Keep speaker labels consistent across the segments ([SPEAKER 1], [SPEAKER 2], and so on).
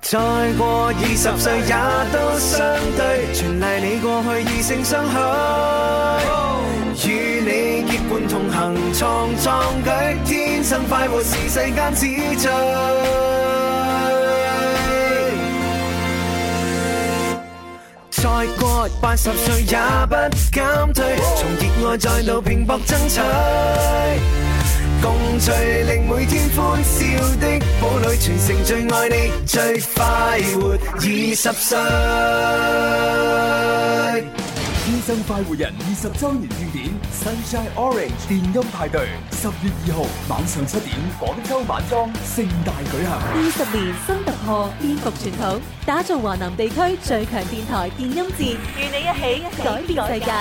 [SPEAKER 1] 再過二十歲也都相對，全賴你過去異性相許，與你結伴同行創壯舉，天生快活是世間之最。再過八十歲也不減退，從熱愛再度拼搏爭取。共聚令每天歡笑的堡壘，全城最愛你，最快活二十歲。
[SPEAKER 2] 天生快活人二十周年慶典 Sunshine Orange 電音派對，十月二號晚上七點，廣州晚裝盛大舉行。
[SPEAKER 3] 二十年新突破，顛覆傳統，打造華南地區最強電台電音節，與你一起改變世
[SPEAKER 2] 聚
[SPEAKER 3] 界。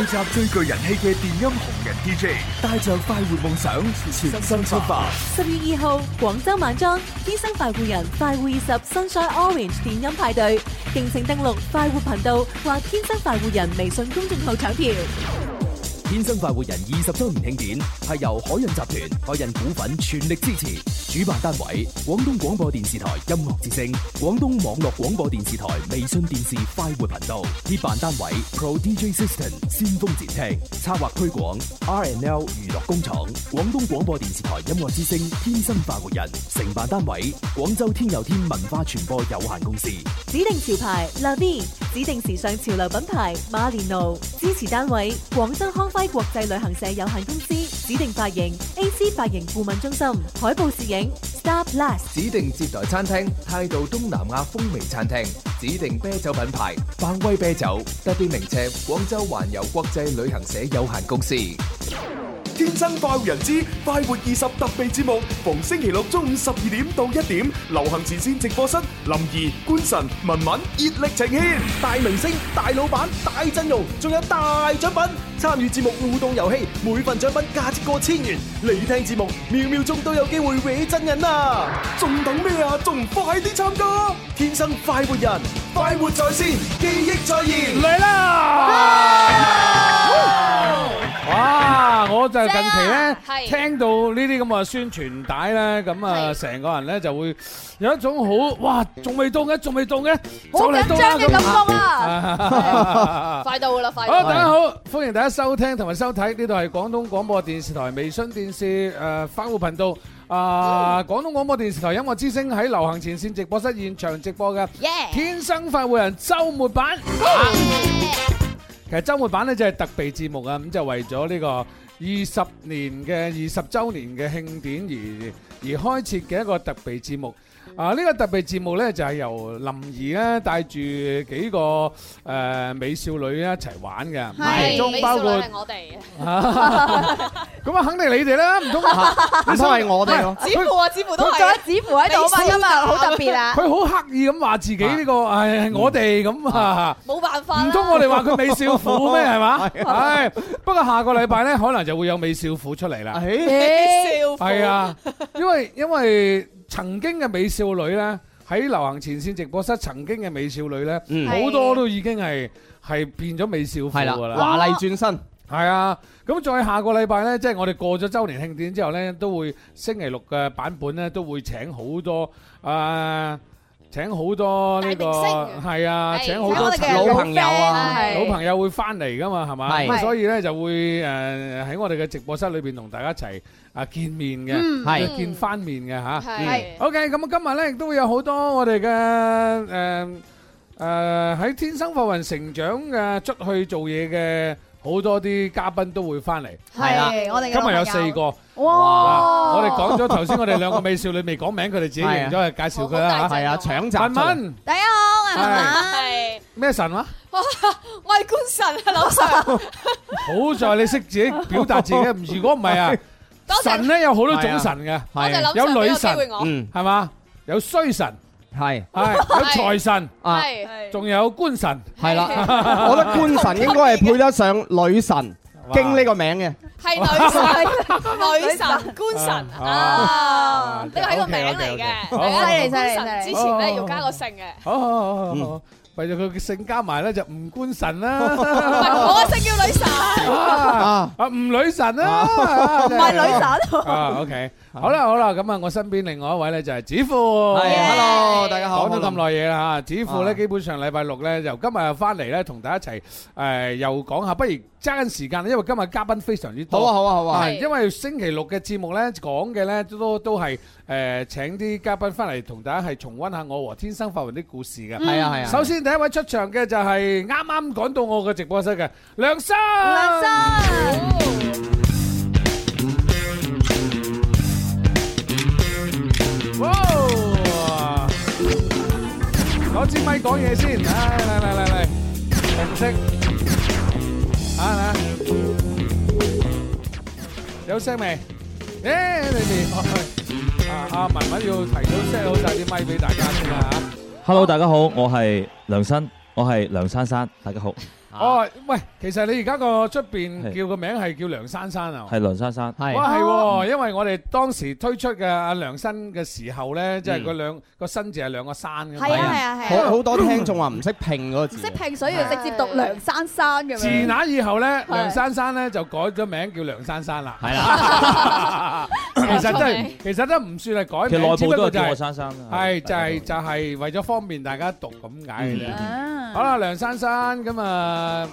[SPEAKER 2] 集最具人氣嘅電音紅人 DJ，帶着快活夢想，全身出發。
[SPEAKER 3] 十月二號，廣州晚裝天生快活人快活二十 Sunshine Orange 電音派對，敬請登錄快活頻道或天生快活人微信公眾號搶票。
[SPEAKER 4] 天生快活人二十周年慶典係由海印集團、海印股份全力支持，主辦單位廣東廣播電視台音樂之聲、廣東網絡廣播電視台微信電視快活頻道，協辦單位 Pro DJ System 先鋒節聽，策劃推廣 RNL 娛樂工廠、廣東廣播電視台音樂之聲、天生快活人，承辦單位廣州天佑天文化傳播有限公司。
[SPEAKER 3] 指定潮牌 Lavi，指定時尚潮流品牌馬連奴，支持單位廣州康輝國際旅行社有限公司，指定髮型 AC 髮型顧問中心，海報攝影 Star Plus。
[SPEAKER 5] 指定接待餐廳態度東南亞風味餐廳，指定啤酒品牌百威啤酒，特別名車廣州環遊國際旅行社有限公司。
[SPEAKER 2] 天生快活人之快活二十特備節目，逢星期六中午十二點到一點，流行前線直播室，林怡、官神、文文熱力呈現，大明星、大老闆、大陣容，仲有大獎品。參與節目互動遊戲，每份獎品價值過千元。你聽節目，秒秒鐘都有機會搲真人啊！仲等咩啊？仲唔快啲參加！天生快活人，快活在線，記憶再現，嚟啦！
[SPEAKER 6] 哇！我就近期咧
[SPEAKER 7] 係
[SPEAKER 6] 聽到呢啲咁嘅宣傳帶咧，咁啊成個人咧就會有一種好哇，仲未到嘅，仲未到嘅，
[SPEAKER 7] 好
[SPEAKER 6] 就嚟到啦
[SPEAKER 7] 緊張嘅感覺
[SPEAKER 6] 咁
[SPEAKER 7] 啊！快到噶啦，快
[SPEAKER 6] 好，
[SPEAKER 7] 到
[SPEAKER 6] 大
[SPEAKER 7] 啦！
[SPEAKER 6] 家好，歡迎大家收聽同埋收睇，呢度係廣東廣播電視台微信電視誒快活頻道。啊！廣東廣播電視台音樂之聲喺流行前線直播室現場直播嘅《
[SPEAKER 7] Yeah
[SPEAKER 6] 天生快活人》週末版。其實週末版咧就係特備節目啊，咁就為咗呢個二十年嘅二十週年嘅慶典而而開設嘅一個特備節目。啊！呢、個特別節目呢，就係、由林兒咧帶住幾個誒、呃美少女一齊玩嘅，
[SPEAKER 7] 係
[SPEAKER 6] 其中包括
[SPEAKER 7] 美少女係我哋，
[SPEAKER 6] 咁啊，肯定你哋啦，唔 通
[SPEAKER 5] 唔通係我哋咯？
[SPEAKER 7] 子父啊，子父都係啊，
[SPEAKER 8] 子扶喺度啊嘛，今日好特別啊！
[SPEAKER 6] 佢好刻意咁話自己呢、個唉係我哋咁啊？
[SPEAKER 7] 冇辦法啦
[SPEAKER 6] 唔通我哋話佢美少婦咩？係嘛？唉，不過下個禮拜呢，可能就會有美少婦 出嚟啦。
[SPEAKER 7] 笑父
[SPEAKER 6] 係，啊，因為因為曾經嘅美少女呢，喺流行前線直播室曾經嘅美少女呢，
[SPEAKER 5] 嗯
[SPEAKER 6] 好多都已經係係變咗美少婦
[SPEAKER 5] 係啦，
[SPEAKER 6] 㗎啦。
[SPEAKER 5] 華麗轉身，
[SPEAKER 6] 係啊，咁再下個禮拜呢，即係我哋過咗周年慶典之後呢，都會星期六嘅版本呢，都會請好多啊、請好多呢、個
[SPEAKER 7] 大明星
[SPEAKER 6] 係啊，
[SPEAKER 7] 係
[SPEAKER 6] 請好
[SPEAKER 8] 睇
[SPEAKER 6] 多
[SPEAKER 8] 我哋嘅
[SPEAKER 5] 老朋友啊
[SPEAKER 8] 係
[SPEAKER 6] 老朋友會翻嚟噶嘛，係嘛？
[SPEAKER 5] 係
[SPEAKER 6] 咁所以呢，就會誒喺我哋嘅直播室裏邊同大家一齊啊見面嘅，
[SPEAKER 8] 嗯
[SPEAKER 5] 係
[SPEAKER 6] 就見翻面嘅嚇。
[SPEAKER 7] 係
[SPEAKER 6] OK，咁啊今日咧亦都會有好多我哋嘅誒誒喺天生浮雲成長嘅出去做嘢嘅好多啲嘉賓都會翻嚟，啊
[SPEAKER 5] 係啦
[SPEAKER 8] 係我哋嘅
[SPEAKER 6] 今日有
[SPEAKER 8] 老
[SPEAKER 6] 四
[SPEAKER 8] 朋友
[SPEAKER 6] 個。啊
[SPEAKER 8] 哇！
[SPEAKER 6] 我哋講咗頭先，我哋兩個美少女未講名，佢哋自己
[SPEAKER 8] 啊
[SPEAKER 6] 認咗，介紹佢啦
[SPEAKER 7] 好
[SPEAKER 5] 係啊，搶
[SPEAKER 6] 嚇。
[SPEAKER 5] 閘
[SPEAKER 6] 文文
[SPEAKER 8] 大家好，我係文文。
[SPEAKER 7] 係，
[SPEAKER 6] 咩神話？
[SPEAKER 7] 我係官神啊，老 Sir，
[SPEAKER 6] 好在你識自己表達自己，如果唔係啊，
[SPEAKER 7] 多謝
[SPEAKER 6] 神咧有好多種神嘅，
[SPEAKER 7] 多謝
[SPEAKER 5] 係啊
[SPEAKER 7] 老 Sir
[SPEAKER 6] 有
[SPEAKER 7] 俾
[SPEAKER 6] 女
[SPEAKER 7] 個機
[SPEAKER 6] 神
[SPEAKER 7] 會我，
[SPEAKER 5] 嗯
[SPEAKER 6] 係嘛？有衰神，
[SPEAKER 5] 係
[SPEAKER 6] 係有財神，
[SPEAKER 5] 啊。
[SPEAKER 7] 係
[SPEAKER 6] 仲有官神。
[SPEAKER 5] 係啦
[SPEAKER 7] 係
[SPEAKER 5] 我覺得官神應 該係配得上女神經呢個名嘅，
[SPEAKER 7] 係女神，女神官神
[SPEAKER 6] 啊
[SPEAKER 7] 啊，呢個係個名嚟
[SPEAKER 6] OK，OK，OK
[SPEAKER 7] 嘅，
[SPEAKER 6] 好
[SPEAKER 7] 係啊
[SPEAKER 8] 犀利犀利
[SPEAKER 7] 官
[SPEAKER 8] 犀利
[SPEAKER 7] 神之前
[SPEAKER 6] 哦
[SPEAKER 7] 咧要加個姓嘅，
[SPEAKER 6] 好好好好好，為咗佢嘅姓加埋咧就吳官神
[SPEAKER 7] 唔係
[SPEAKER 6] 啦，
[SPEAKER 7] 我嘅姓叫女神，
[SPEAKER 6] 啊啊吳女神啦，唔
[SPEAKER 8] 唔係女神。
[SPEAKER 6] 啊，OK，好 啦好啦，咁啊，我身邊另外一位咧就係子富，
[SPEAKER 5] 係，hello，大家好。
[SPEAKER 6] 講咗咁耐嘢啦嚇，子富咧
[SPEAKER 5] 啊
[SPEAKER 6] 基本上禮拜六咧由今日翻嚟咧同大家一齊誒又講下，不如揸緊時間啦，因為今日嘉賓非常之
[SPEAKER 5] 好啊，
[SPEAKER 6] 多。
[SPEAKER 5] 好啊，好啊。
[SPEAKER 6] 係，因為星期六嘅節目咧講嘅咧都都係誒請啲嘉賓翻嚟同大家係重温下我和天生發雲啲故事嘅。
[SPEAKER 5] 係啊，係啊。
[SPEAKER 6] 首先第一位出場嘅就係啱啱趕到我嘅直播室嘅梁生。
[SPEAKER 8] 梁生，
[SPEAKER 6] 哇！攞支咪講嘢先，唉嚟嚟嚟嚟，紅色，啊啊，有聲未？誒，你哋，啊啊，文文要提早 set 好晒啲咪俾大家先啦嚇。
[SPEAKER 9] Hello，大家好，我係梁生，我係梁珊珊，大 家好，
[SPEAKER 6] 哦，喂，其實你而家個出邊
[SPEAKER 9] 係
[SPEAKER 6] 叫個名係叫梁珊珊啊？
[SPEAKER 9] 係梁珊珊，
[SPEAKER 5] 係
[SPEAKER 6] 哇，係喎，因為我哋當時推出嘅阿梁生嘅時候咧，即係佢兩個新字係兩個山嘅嘛。
[SPEAKER 8] 係啊係啊係
[SPEAKER 5] 好
[SPEAKER 8] 啊，
[SPEAKER 5] 好多聽眾話唔識拼嗰個字
[SPEAKER 8] 唔。識拼水要直接讀梁珊珊咁
[SPEAKER 6] 自
[SPEAKER 8] 樣。
[SPEAKER 6] 那以後咧，梁珊珊咧就改咗名叫梁珊珊啦。
[SPEAKER 9] 係啦，
[SPEAKER 6] 其實真係，其實都唔算係
[SPEAKER 9] 其
[SPEAKER 6] 改
[SPEAKER 9] 實內
[SPEAKER 6] 名，只不
[SPEAKER 9] 部都
[SPEAKER 6] 過就
[SPEAKER 9] 係叫我
[SPEAKER 6] 係
[SPEAKER 9] 珊珊啦，
[SPEAKER 6] 係就係
[SPEAKER 9] 大
[SPEAKER 6] 就係為咗方便大家讀咁解嘅啫。
[SPEAKER 8] 啊
[SPEAKER 6] 好啦，梁珊珊咁啊
[SPEAKER 9] 家好。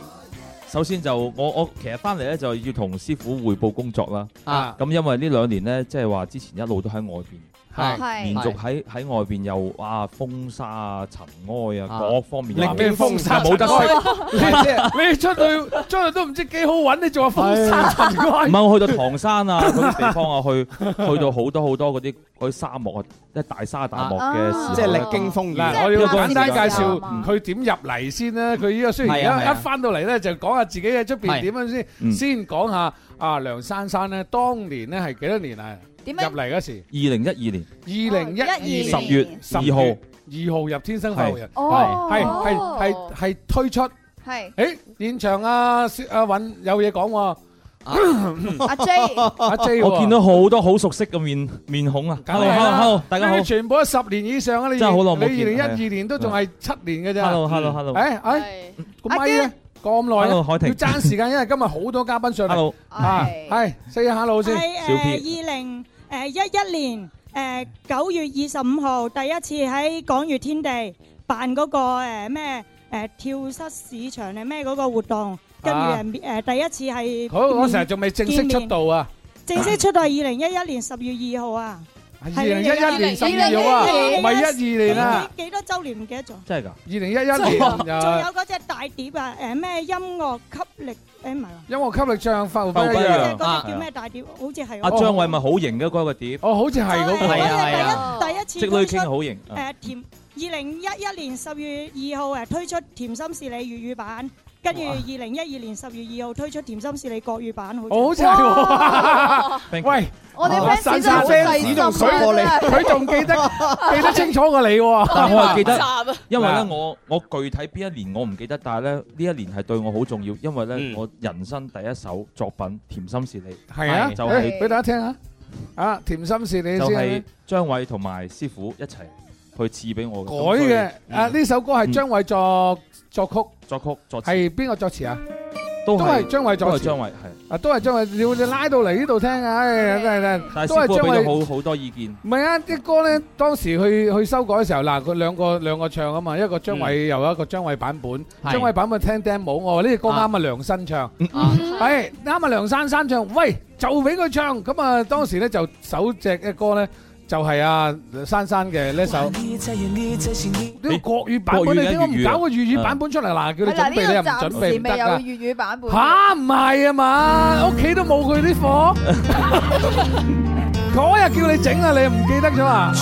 [SPEAKER 9] 首先就我我其實翻嚟咧就要同師傅匯報工作啦，
[SPEAKER 6] 啊
[SPEAKER 9] 咁因為呢兩年咧即係話之前一路都喺外邊，
[SPEAKER 6] 係
[SPEAKER 9] 連
[SPEAKER 8] 係
[SPEAKER 9] 續喺喺外邊又哇風沙啊、塵埃啊
[SPEAKER 5] 啊
[SPEAKER 9] 各方面，
[SPEAKER 6] 歷經風沙
[SPEAKER 9] 冇得
[SPEAKER 6] 塵
[SPEAKER 9] 食。
[SPEAKER 6] 你出去出去都唔知幾好揾，你仲話風沙塵
[SPEAKER 9] 唔
[SPEAKER 6] 埃。
[SPEAKER 9] 係我去到唐山啊嗰啲地方啊， 去去到好多好多嗰啲嗰啲沙漠啊，即係大沙大漠嘅時候
[SPEAKER 8] 啊
[SPEAKER 9] 呢，啊
[SPEAKER 5] 即係歷經風雨。
[SPEAKER 6] 嗱，我要簡單介紹
[SPEAKER 8] 嗯
[SPEAKER 6] 佢點入嚟先啦。佢呢個雖然
[SPEAKER 5] 係啊
[SPEAKER 6] 而
[SPEAKER 5] 係
[SPEAKER 6] 家
[SPEAKER 5] 啊
[SPEAKER 6] 一翻到嚟咧，就講下自己喺出邊點樣先。
[SPEAKER 9] 嗯
[SPEAKER 6] 先講下啊，梁珊珊咧，當年咧係幾多年啊？
[SPEAKER 8] 點
[SPEAKER 6] 入
[SPEAKER 8] 樣？
[SPEAKER 6] 嚟嗰時，
[SPEAKER 9] 二零一二年
[SPEAKER 6] 二零一二年
[SPEAKER 9] 十月
[SPEAKER 6] 十
[SPEAKER 9] 二號。
[SPEAKER 6] 二號入天生快活人，
[SPEAKER 8] 哦，
[SPEAKER 6] 係係係係推出。
[SPEAKER 8] 係
[SPEAKER 6] 誒，現場啊，薛阿韻有嘢講喎，
[SPEAKER 8] 阿 J，
[SPEAKER 6] 阿 J
[SPEAKER 9] 我
[SPEAKER 6] 喎
[SPEAKER 9] 見到好多好熟悉嘅面面孔啊
[SPEAKER 6] 梗係啦
[SPEAKER 9] hello，大家好
[SPEAKER 6] 呢啲全部都十年以上啊！你
[SPEAKER 9] 真係好
[SPEAKER 6] 你
[SPEAKER 9] 耐冇
[SPEAKER 6] 二
[SPEAKER 9] 見
[SPEAKER 6] 零一
[SPEAKER 9] 啦
[SPEAKER 6] 二年都仲係七年嘅咋？
[SPEAKER 9] ，hello，hello，hello，
[SPEAKER 6] 誒誒。
[SPEAKER 7] 係
[SPEAKER 6] 個
[SPEAKER 8] 阿
[SPEAKER 6] 咪咧咁耐咧，
[SPEAKER 9] Hello，海婷
[SPEAKER 6] 要爭時間，因為今日好多嘉賓上嚟。
[SPEAKER 9] hello，
[SPEAKER 6] 啊，
[SPEAKER 8] 係
[SPEAKER 6] 係 say 下 hello 先。
[SPEAKER 9] 小 P
[SPEAKER 10] 喺誒二零誒一一年誒九月二十五號第一次喺港粵天地辦嗰個誒咩誒跳蚤市場定咩嗰個活動，跟住
[SPEAKER 6] 啊
[SPEAKER 10] 誒誒第一次係
[SPEAKER 6] 好，我成日仲未正式出道啊，
[SPEAKER 10] 正式出道係二零一一年十月二號啊，
[SPEAKER 6] 二
[SPEAKER 10] 係
[SPEAKER 6] 零一一年十二號啊，唔係一二年啊，
[SPEAKER 10] 幾幾多週年唔記得咗？
[SPEAKER 9] 真係㗎，
[SPEAKER 6] 二零一一 年
[SPEAKER 10] 仲有
[SPEAKER 6] 啊，
[SPEAKER 10] 嗰只大碟啊誒咩音樂吸力誒唔係喎，
[SPEAKER 6] 音樂吸力唱法會不
[SPEAKER 9] 發
[SPEAKER 6] 一
[SPEAKER 9] 揮一
[SPEAKER 6] 樣。
[SPEAKER 9] 樣
[SPEAKER 10] 嗰只叫咩大碟？好似係
[SPEAKER 9] 阿
[SPEAKER 10] 喎
[SPEAKER 6] 哦
[SPEAKER 9] 張偉咪好型嘅嗰個碟，
[SPEAKER 6] 哦，好似係嗰個
[SPEAKER 10] 係
[SPEAKER 5] 係
[SPEAKER 6] 啊
[SPEAKER 5] 啊係啊
[SPEAKER 10] 嗰隻第一
[SPEAKER 9] 積
[SPEAKER 10] 第一
[SPEAKER 9] 女
[SPEAKER 10] 次推
[SPEAKER 9] 傾
[SPEAKER 10] 出。
[SPEAKER 9] 好型，啊
[SPEAKER 10] 誒甜二零一一年十月二號誒推出《甜心是你》粵語版，跟住二零一二年十月二號推出《甜心是你》國語版，好似
[SPEAKER 6] 哦好似係喎。
[SPEAKER 9] ，thank you
[SPEAKER 6] 喂，
[SPEAKER 8] 我哋
[SPEAKER 6] 哇
[SPEAKER 8] fans
[SPEAKER 6] 散
[SPEAKER 8] 真係
[SPEAKER 6] 散
[SPEAKER 8] 好細心
[SPEAKER 5] fans 仲水過你
[SPEAKER 8] 啊真係
[SPEAKER 6] 佢仲記得記得清楚過你
[SPEAKER 9] 但係我係
[SPEAKER 6] 喎。
[SPEAKER 9] 記得，
[SPEAKER 7] 雜啊，
[SPEAKER 9] 因為
[SPEAKER 6] 嗱
[SPEAKER 9] 咧我我具體邊一年我唔記得，但係咧呢一年係對我好重要，因為
[SPEAKER 5] 嗯
[SPEAKER 9] 咧我人生第一首作品《甜心是你
[SPEAKER 6] 係啊，
[SPEAKER 9] 就係
[SPEAKER 6] 誒俾大家聽下。啊，甜心是你》，
[SPEAKER 9] 就
[SPEAKER 6] 先
[SPEAKER 9] 係。張偉同埋師傅一齊去賜俾我嘅
[SPEAKER 6] 改嘅，啊呢首歌係張偉作作曲，
[SPEAKER 9] 作曲作詞，
[SPEAKER 6] 係邊個作詞啊？
[SPEAKER 9] 都
[SPEAKER 6] 都係
[SPEAKER 9] 係
[SPEAKER 6] 張偉
[SPEAKER 9] 都
[SPEAKER 6] 作
[SPEAKER 9] 係
[SPEAKER 6] 詞。
[SPEAKER 9] 張偉係，
[SPEAKER 6] 啊，都係將佢要你拉到嚟呢度聽啊！唉，真係真係，
[SPEAKER 9] 但係
[SPEAKER 6] 都
[SPEAKER 9] 師
[SPEAKER 6] 係
[SPEAKER 9] 傅
[SPEAKER 6] 將
[SPEAKER 9] 俾
[SPEAKER 6] 佢
[SPEAKER 9] 咗好好多意見，
[SPEAKER 6] 唔係啊！啲歌咧，當時去去修改嘅時候，嗱，佢兩個兩個唱啊嘛，一個張偉又有一個張偉版本，
[SPEAKER 5] 係
[SPEAKER 6] 張偉版本聽 demo，我話呢隻歌啱啊梁生唱，係啱啊梁珊珊唱，喂就俾佢唱，咁啊當時咧就首隻嘅歌咧就係啊珊珊嘅呢首。
[SPEAKER 1] 你这样，你这是你。
[SPEAKER 6] 呢個國語版本
[SPEAKER 9] 國語
[SPEAKER 6] 你
[SPEAKER 9] 嘅
[SPEAKER 6] 點解唔
[SPEAKER 9] 粵語啊
[SPEAKER 6] 搞個粵語版本出嚟？嗱，叫你準
[SPEAKER 8] 係啦，
[SPEAKER 6] 備你
[SPEAKER 8] 呢
[SPEAKER 6] 又唔
[SPEAKER 8] 個
[SPEAKER 6] 準
[SPEAKER 8] 暫
[SPEAKER 6] 備
[SPEAKER 8] 時
[SPEAKER 6] 唔
[SPEAKER 8] 未
[SPEAKER 6] 得
[SPEAKER 8] 有
[SPEAKER 6] 㗎。
[SPEAKER 8] 粵語版本。
[SPEAKER 6] 吓唔係啊嘛，屋企都冇佢啲 貨。嗰日叫你整啊，你又唔記得 咗啊？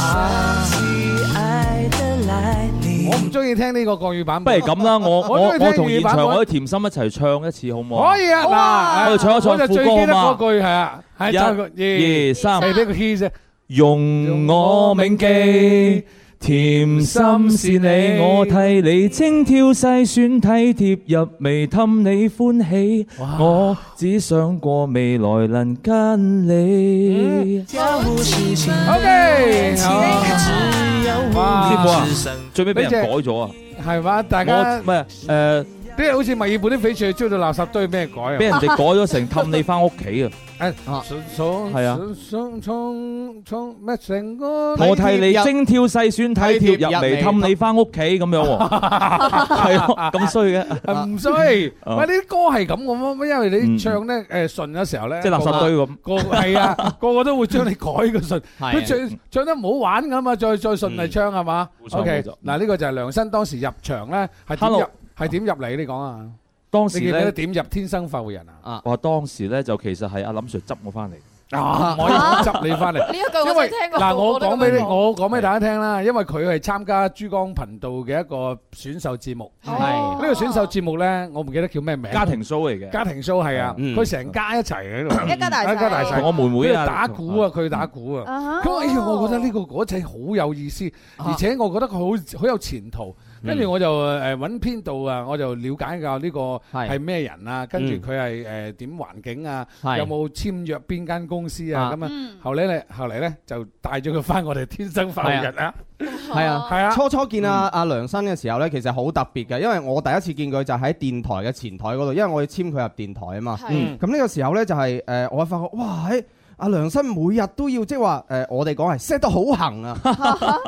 [SPEAKER 1] 爱得来你
[SPEAKER 6] 我唔中意聽呢個國語版
[SPEAKER 9] 不如
[SPEAKER 6] 本。
[SPEAKER 9] 咁啦，我
[SPEAKER 6] 我
[SPEAKER 9] 我
[SPEAKER 6] 都係聽
[SPEAKER 9] 我同
[SPEAKER 6] 粵語
[SPEAKER 9] 現
[SPEAKER 6] 版
[SPEAKER 9] 場
[SPEAKER 6] 本
[SPEAKER 9] 我啲甜心一齊唱一次好唔好啊？
[SPEAKER 6] 可以啊，
[SPEAKER 8] 好啊
[SPEAKER 6] 嗱，
[SPEAKER 9] 我哋唱一唱
[SPEAKER 6] 我就最記得嗰句係啊，係
[SPEAKER 9] 一、
[SPEAKER 6] 就係個
[SPEAKER 9] 二、三。
[SPEAKER 6] 係呢個 key 啫。
[SPEAKER 9] 容我銘記，甜心是你，我替你精挑細選，體貼入微，氹你歡喜。我只想過未來能跟你。
[SPEAKER 1] 家务事情
[SPEAKER 6] OK，好
[SPEAKER 1] 只有
[SPEAKER 6] 哇
[SPEAKER 9] 師傅啊，最尾俾人
[SPEAKER 6] 呢隻
[SPEAKER 9] 改咗啊！
[SPEAKER 6] 係嘛？大
[SPEAKER 9] 我
[SPEAKER 6] 家
[SPEAKER 9] 唔係 誒，
[SPEAKER 6] 即係好似墨爾本啲翡翠追到垃圾堆，咩改啊？
[SPEAKER 9] 俾人哋改咗成氹你翻屋企啊！
[SPEAKER 6] 誒，想想
[SPEAKER 9] 係啊
[SPEAKER 6] 想想衝衝咩成個
[SPEAKER 9] 我替你精挑細選睇貼入嚟氹你翻屋企咁樣喎，係啊，咁衰嘅，
[SPEAKER 6] 唔衰，
[SPEAKER 9] 啊
[SPEAKER 6] 喂！呢啲歌係咁咁啊，因為你唱咧誒順嘅時候咧，
[SPEAKER 9] 即係垃圾堆咁
[SPEAKER 6] 個個係啊，個個都會將你改個順，
[SPEAKER 9] 係
[SPEAKER 6] 佢唱唱得唔好玩咁啊，再再順嚟唱係嘛
[SPEAKER 9] 冇錯
[SPEAKER 6] ？OK，
[SPEAKER 9] 冇錯
[SPEAKER 6] 嗱呢個就係梁生當時入場咧係點
[SPEAKER 9] Hello
[SPEAKER 6] 入係點入嚟？你講啊，
[SPEAKER 9] 當時
[SPEAKER 6] 你記唔記
[SPEAKER 9] 咧
[SPEAKER 6] 得點入天生發活人啊？
[SPEAKER 9] 我當時咧就其實係阿林 Sir 執我翻嚟。
[SPEAKER 6] 啊！我要執你翻嚟，
[SPEAKER 9] 呢一句我
[SPEAKER 6] 因為
[SPEAKER 9] 真係聽過
[SPEAKER 6] 嗱，我
[SPEAKER 9] 我都咁
[SPEAKER 6] 講俾你，
[SPEAKER 9] 樣講
[SPEAKER 6] 我講俾大家聽啦，因為佢係參加珠江頻道嘅一個選秀節目，係呢個選秀節目咧，我唔記得叫咩名，
[SPEAKER 9] 家庭 show 嚟嘅
[SPEAKER 6] 家庭 show 係啊，
[SPEAKER 9] 嗯
[SPEAKER 6] 佢成家一齊喺度，
[SPEAKER 9] 一家大細
[SPEAKER 6] 一家大細，
[SPEAKER 9] 同我妹妹啊
[SPEAKER 6] 佢打鼓啊，佢打鼓啊
[SPEAKER 9] 啊，
[SPEAKER 6] 咁哎呀，我覺得呢個嗰仔好有意思，而且我覺得佢好好有前途。跟住我就誒揾編導啊，我就了解下呢個係咩人啊，跟住
[SPEAKER 11] 嗯
[SPEAKER 6] 佢係誒點環境啊，
[SPEAKER 11] 係
[SPEAKER 6] 有冇簽約邊間公司啊
[SPEAKER 11] 啊
[SPEAKER 6] 咁啊。後嚟咧，後嚟咧就帶咗佢翻我哋天生發育日啊。
[SPEAKER 11] 係啊，
[SPEAKER 6] 係啊
[SPEAKER 11] 初初見阿阿梁生嘅時候咧，其實好特別嘅，因為我第一次見佢就喺電台嘅前台嗰度，因為我要簽佢入電台啊嘛。
[SPEAKER 12] 係
[SPEAKER 11] 嗯咁呢個時候咧就係誒，我發覺哇喺。阿梁生每日都要即係話誒，我哋講係 set 得好行啊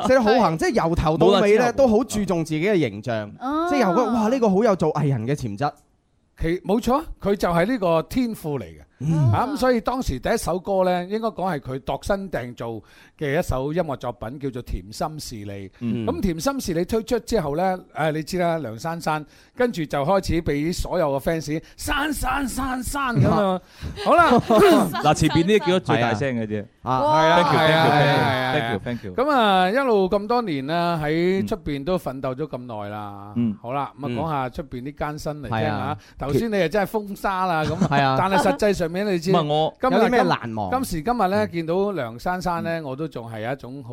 [SPEAKER 11] ，set 得好行，即係由頭到尾
[SPEAKER 6] 冇得
[SPEAKER 11] 咧
[SPEAKER 6] 之後
[SPEAKER 11] 都好注重自己嘅形象，即係由覺得哇呢個好有做藝人嘅潛質。
[SPEAKER 6] 其冇錯，佢就係呢個天賦嚟嘅。啊咁，所以當時第一首歌呢，應該講係佢度身訂造嘅一首音樂作品，叫做《甜心是你》。
[SPEAKER 11] 嗯
[SPEAKER 6] 咁《甜心是你》推出之後呢，誒你知啦，梁珊珊跟住就開始俾所有嘅 fans 珊珊珊珊咁樣。好 啦，
[SPEAKER 9] 嗱，前邊呢啲叫得最大聲嘅啫。
[SPEAKER 11] 啊
[SPEAKER 6] 係啊
[SPEAKER 9] thank you
[SPEAKER 6] 係啊係啊係啊
[SPEAKER 9] thank you thank you thank
[SPEAKER 6] 咁
[SPEAKER 9] you。
[SPEAKER 6] 啊，一路咁多年啦，喺出邊都奮鬥咗咁耐啦。
[SPEAKER 9] 嗯
[SPEAKER 6] 好啦，咁啊
[SPEAKER 9] 嗯
[SPEAKER 6] 講下出邊啲艱辛嚟聽
[SPEAKER 11] 係
[SPEAKER 6] 下
[SPEAKER 11] 啊。
[SPEAKER 6] 頭先你啊真係風沙啦咁，
[SPEAKER 11] 係啊
[SPEAKER 6] 但係實際上面你知，
[SPEAKER 11] 唔係我
[SPEAKER 6] 今日
[SPEAKER 11] 有啲咩
[SPEAKER 6] 今
[SPEAKER 11] 難忘
[SPEAKER 6] 今時今日
[SPEAKER 9] 嗯
[SPEAKER 6] 咧見到梁珊珊咧，我都仲係有一種好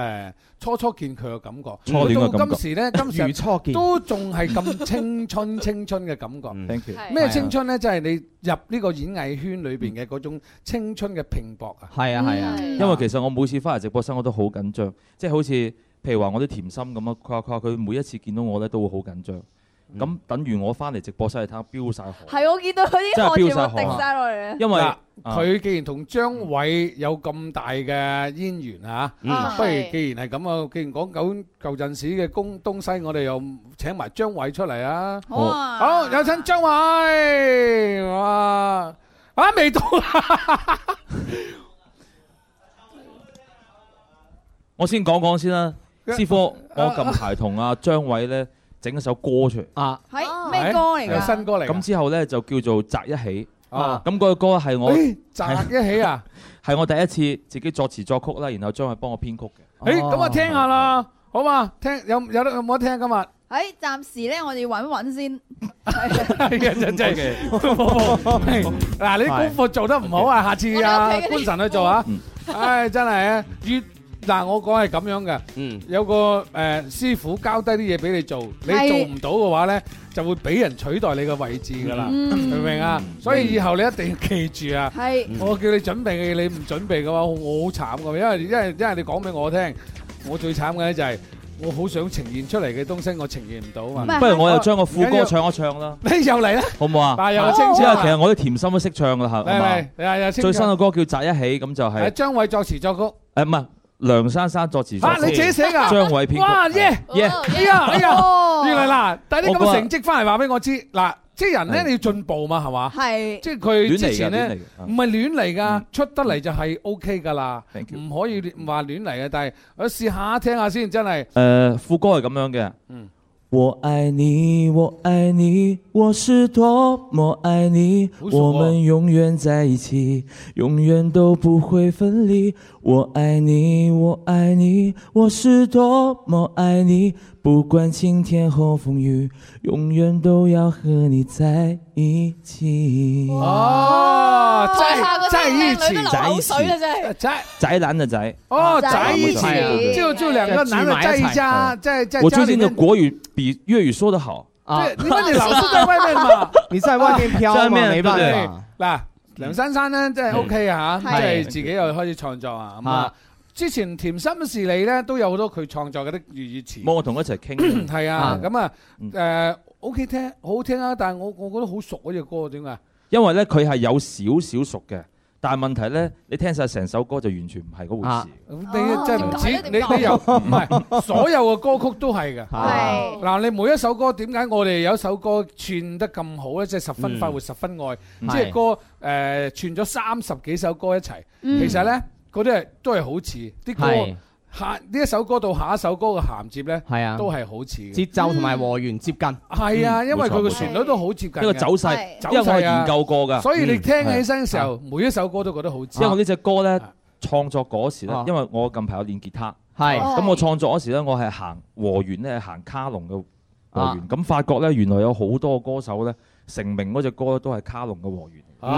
[SPEAKER 6] 誒初初見佢嘅感覺，
[SPEAKER 9] 初戀嘅
[SPEAKER 6] 到
[SPEAKER 9] 感覺
[SPEAKER 6] 今時 咧，今時
[SPEAKER 9] 如初見嗯
[SPEAKER 6] 都仲係咁 青春青春嘅感覺。
[SPEAKER 9] Thank you 係啊
[SPEAKER 6] 咩青春咧？就係你入呢個演藝圈裏邊嘅嗰種青春嘅拼搏啊！
[SPEAKER 11] 係啊係啊
[SPEAKER 9] 因為其實我每次翻嚟直播室我都好緊張，即係好似譬如話我啲甜心咁啊，佢話佢話佢每一次見到我咧都會好緊張。咁等於我翻嚟直播室嚟睇下飆晒汗。
[SPEAKER 8] 係我見到佢
[SPEAKER 9] 真
[SPEAKER 8] 啲汗
[SPEAKER 9] 係飆
[SPEAKER 8] 全
[SPEAKER 9] 晒
[SPEAKER 8] 部
[SPEAKER 9] 汗
[SPEAKER 8] 滴晒落嚟啊！
[SPEAKER 9] 因為
[SPEAKER 6] 嗱
[SPEAKER 9] 啊
[SPEAKER 6] 佢既然同張偉有咁大嘅淵源嚇，
[SPEAKER 9] 嗯啊
[SPEAKER 6] 不如
[SPEAKER 9] 係
[SPEAKER 6] 既然係咁啊，既然講緊舊陣時嘅公東西，我哋又請埋張偉出嚟啊！
[SPEAKER 1] 好啊
[SPEAKER 6] 好有請張偉，哇！啊，未到啊！
[SPEAKER 9] 我先講講先啦，師傅，我近排同阿張偉咧整一首歌出嚟。啊，
[SPEAKER 7] Ờ.
[SPEAKER 8] 係哦咩歌嚟
[SPEAKER 9] Ờ, à?
[SPEAKER 8] 㗎？
[SPEAKER 6] 歌嚟。
[SPEAKER 9] 咁之後咧就叫做《擲一起》。
[SPEAKER 6] 啊
[SPEAKER 9] 啊，咁嗰個歌係我
[SPEAKER 6] 誒擲一起啊，
[SPEAKER 9] 係我第一次自己作詞作曲啦，然後張偉幫我編曲嘅。
[SPEAKER 6] 哎誒，咁我聽下啦，好嘛？聽有有得有冇得聽啊今日？
[SPEAKER 8] 喺哎暫時咧，我哋揾一揾先。
[SPEAKER 6] 係啊，真真嘅。 嗱，你啲功課做得唔好啊，下次啊
[SPEAKER 8] 我哋屋企嗰啲
[SPEAKER 6] 官神去做啊。唉，真係啊，越嗱我講係咁樣嘅，有個誒師傅交低啲嘢俾你做，你
[SPEAKER 1] 係
[SPEAKER 6] 做唔到嘅話咧，就會俾人取代你嘅位置㗎啦，
[SPEAKER 1] 嗯
[SPEAKER 6] 明唔明啊？所以以後你一定要記住啊。
[SPEAKER 1] 係
[SPEAKER 6] 我叫你準備嘅嘢，你唔準備嘅話，我好慘㗎，因為因為因為你講俾我聽，我最慘嘅咧就係我好想呈現出嚟嘅東西，我呈現唔到啊嘛。
[SPEAKER 9] 不如我又將個副
[SPEAKER 6] 唔緊要
[SPEAKER 9] 歌唱一唱啦，
[SPEAKER 6] 你又嚟啦！
[SPEAKER 9] 好唔好啊？
[SPEAKER 6] 但係有清唱
[SPEAKER 9] 因為其實我啲甜心都識唱噶嚇，
[SPEAKER 6] 嚟
[SPEAKER 9] 係嘛
[SPEAKER 6] 嚟嚟有清唱
[SPEAKER 9] 最新嘅歌叫《擲一起》，咁就
[SPEAKER 6] 係
[SPEAKER 9] 係
[SPEAKER 6] 張偉作詞作曲。
[SPEAKER 9] 誒唔係梁珊珊作詞作
[SPEAKER 6] 啊！
[SPEAKER 9] 曲
[SPEAKER 6] 你自己寫噶？
[SPEAKER 9] 張偉編曲。
[SPEAKER 6] 哇耶耶！
[SPEAKER 9] Yeah
[SPEAKER 6] 哎呀哎呀
[SPEAKER 8] 哦！
[SPEAKER 6] 原來嗱，但係啲咁
[SPEAKER 9] 我覺
[SPEAKER 6] 嘅
[SPEAKER 9] 得
[SPEAKER 6] 成績翻嚟話俾我知，嗱，即係人咧你要進步嘛，係嘛？
[SPEAKER 8] 係
[SPEAKER 6] 即係佢
[SPEAKER 9] 亂嚟㗎
[SPEAKER 6] 之前
[SPEAKER 9] 亂嚟
[SPEAKER 6] 咧
[SPEAKER 9] 㗎啊
[SPEAKER 6] 唔係亂嚟㗎，出得嚟就係 O K 㗎啦，唔可以亂話亂嚟嘅。但係我試下聽下先，真係。嗯
[SPEAKER 9] 誒副歌係咁樣嘅。
[SPEAKER 13] 我爱你，我爱你，我是多么爱你，我们永远在一起，永远都不会分离。我爱你，我爱你，我是多么爱你，不管晴天和风雨，永远都要和你在一起。
[SPEAKER 6] 哦，
[SPEAKER 1] 哇
[SPEAKER 6] 真真係一起，
[SPEAKER 1] 在一起
[SPEAKER 9] 啊
[SPEAKER 6] 真
[SPEAKER 9] 宅男的宅。
[SPEAKER 6] 哦，在一
[SPEAKER 9] 在一
[SPEAKER 6] 起，
[SPEAKER 9] 起
[SPEAKER 6] 就就兩個男的在一家，在在
[SPEAKER 9] 我
[SPEAKER 6] 家
[SPEAKER 9] 最
[SPEAKER 6] 裡
[SPEAKER 9] 近的
[SPEAKER 6] 面。
[SPEAKER 9] 國語比粵語說得好。
[SPEAKER 6] 對，因 為你老是 在外面嘛，
[SPEAKER 11] 你在外面飄
[SPEAKER 9] 在
[SPEAKER 11] 嘛，
[SPEAKER 9] 外面
[SPEAKER 11] 沒
[SPEAKER 9] 對
[SPEAKER 11] 辦
[SPEAKER 9] 不
[SPEAKER 11] 法。
[SPEAKER 13] 嗯
[SPEAKER 6] 嗱，梁珊珊咧真係 OK 啊嚇，
[SPEAKER 11] 係
[SPEAKER 6] 即係自己又開始創作啊，咁啊
[SPEAKER 11] 啊
[SPEAKER 6] 之前甜心是你咧都有好多佢創作嗰啲粵語詞。
[SPEAKER 13] 冇我同佢一齊傾。嗯
[SPEAKER 6] 係啊，咁啊誒 OK 聽，好好聽啊，但係我我覺得好熟嗰只歌點解？
[SPEAKER 13] 因為咧佢係有少少熟嘅，但係問題咧，你聽晒成首歌就完全唔係嗰回事。
[SPEAKER 6] 你真係唔
[SPEAKER 13] 點
[SPEAKER 6] 止
[SPEAKER 13] 解
[SPEAKER 6] 你
[SPEAKER 13] 咧
[SPEAKER 6] 你又
[SPEAKER 13] 點
[SPEAKER 6] 唔
[SPEAKER 13] 解
[SPEAKER 6] 係所有嘅歌曲都係嘅。
[SPEAKER 13] 係
[SPEAKER 6] 嗱，你每一首歌點解我哋有一首歌串得咁好咧？即係十分快活，十分愛，
[SPEAKER 13] 嗯
[SPEAKER 6] 即係歌誒串咗三十幾首歌一齊。
[SPEAKER 13] 嗯
[SPEAKER 6] 其實咧，嗰啲係都係好似啲歌
[SPEAKER 11] 係
[SPEAKER 6] 下呢一首歌到下一首歌嘅銜接咧，
[SPEAKER 11] 係啊
[SPEAKER 6] 都係好似嘅
[SPEAKER 11] 節奏同埋和弦接近。
[SPEAKER 6] 係啊，因為佢嘅
[SPEAKER 11] 冇錯
[SPEAKER 6] 旋律都好接近嘅，
[SPEAKER 13] 因為走勢係
[SPEAKER 6] 走
[SPEAKER 13] 因為我
[SPEAKER 6] 勢啊
[SPEAKER 13] 研究過㗎
[SPEAKER 6] 所以你
[SPEAKER 13] 嗯
[SPEAKER 6] 聽起身嘅時候，每一首歌都覺得好似。
[SPEAKER 13] 因為我呢只歌咧創作嗰時咧
[SPEAKER 6] 啊，
[SPEAKER 13] 因為我近排有練吉他，
[SPEAKER 6] 係
[SPEAKER 13] 咁我創作嗰時咧，我係行和弦咧，行卡農嘅和
[SPEAKER 6] 啊
[SPEAKER 13] 弦，咁發覺咧原來有好多歌手咧成名嗰只歌咧都係卡農嘅和弦。
[SPEAKER 9] 嗯
[SPEAKER 6] 啊，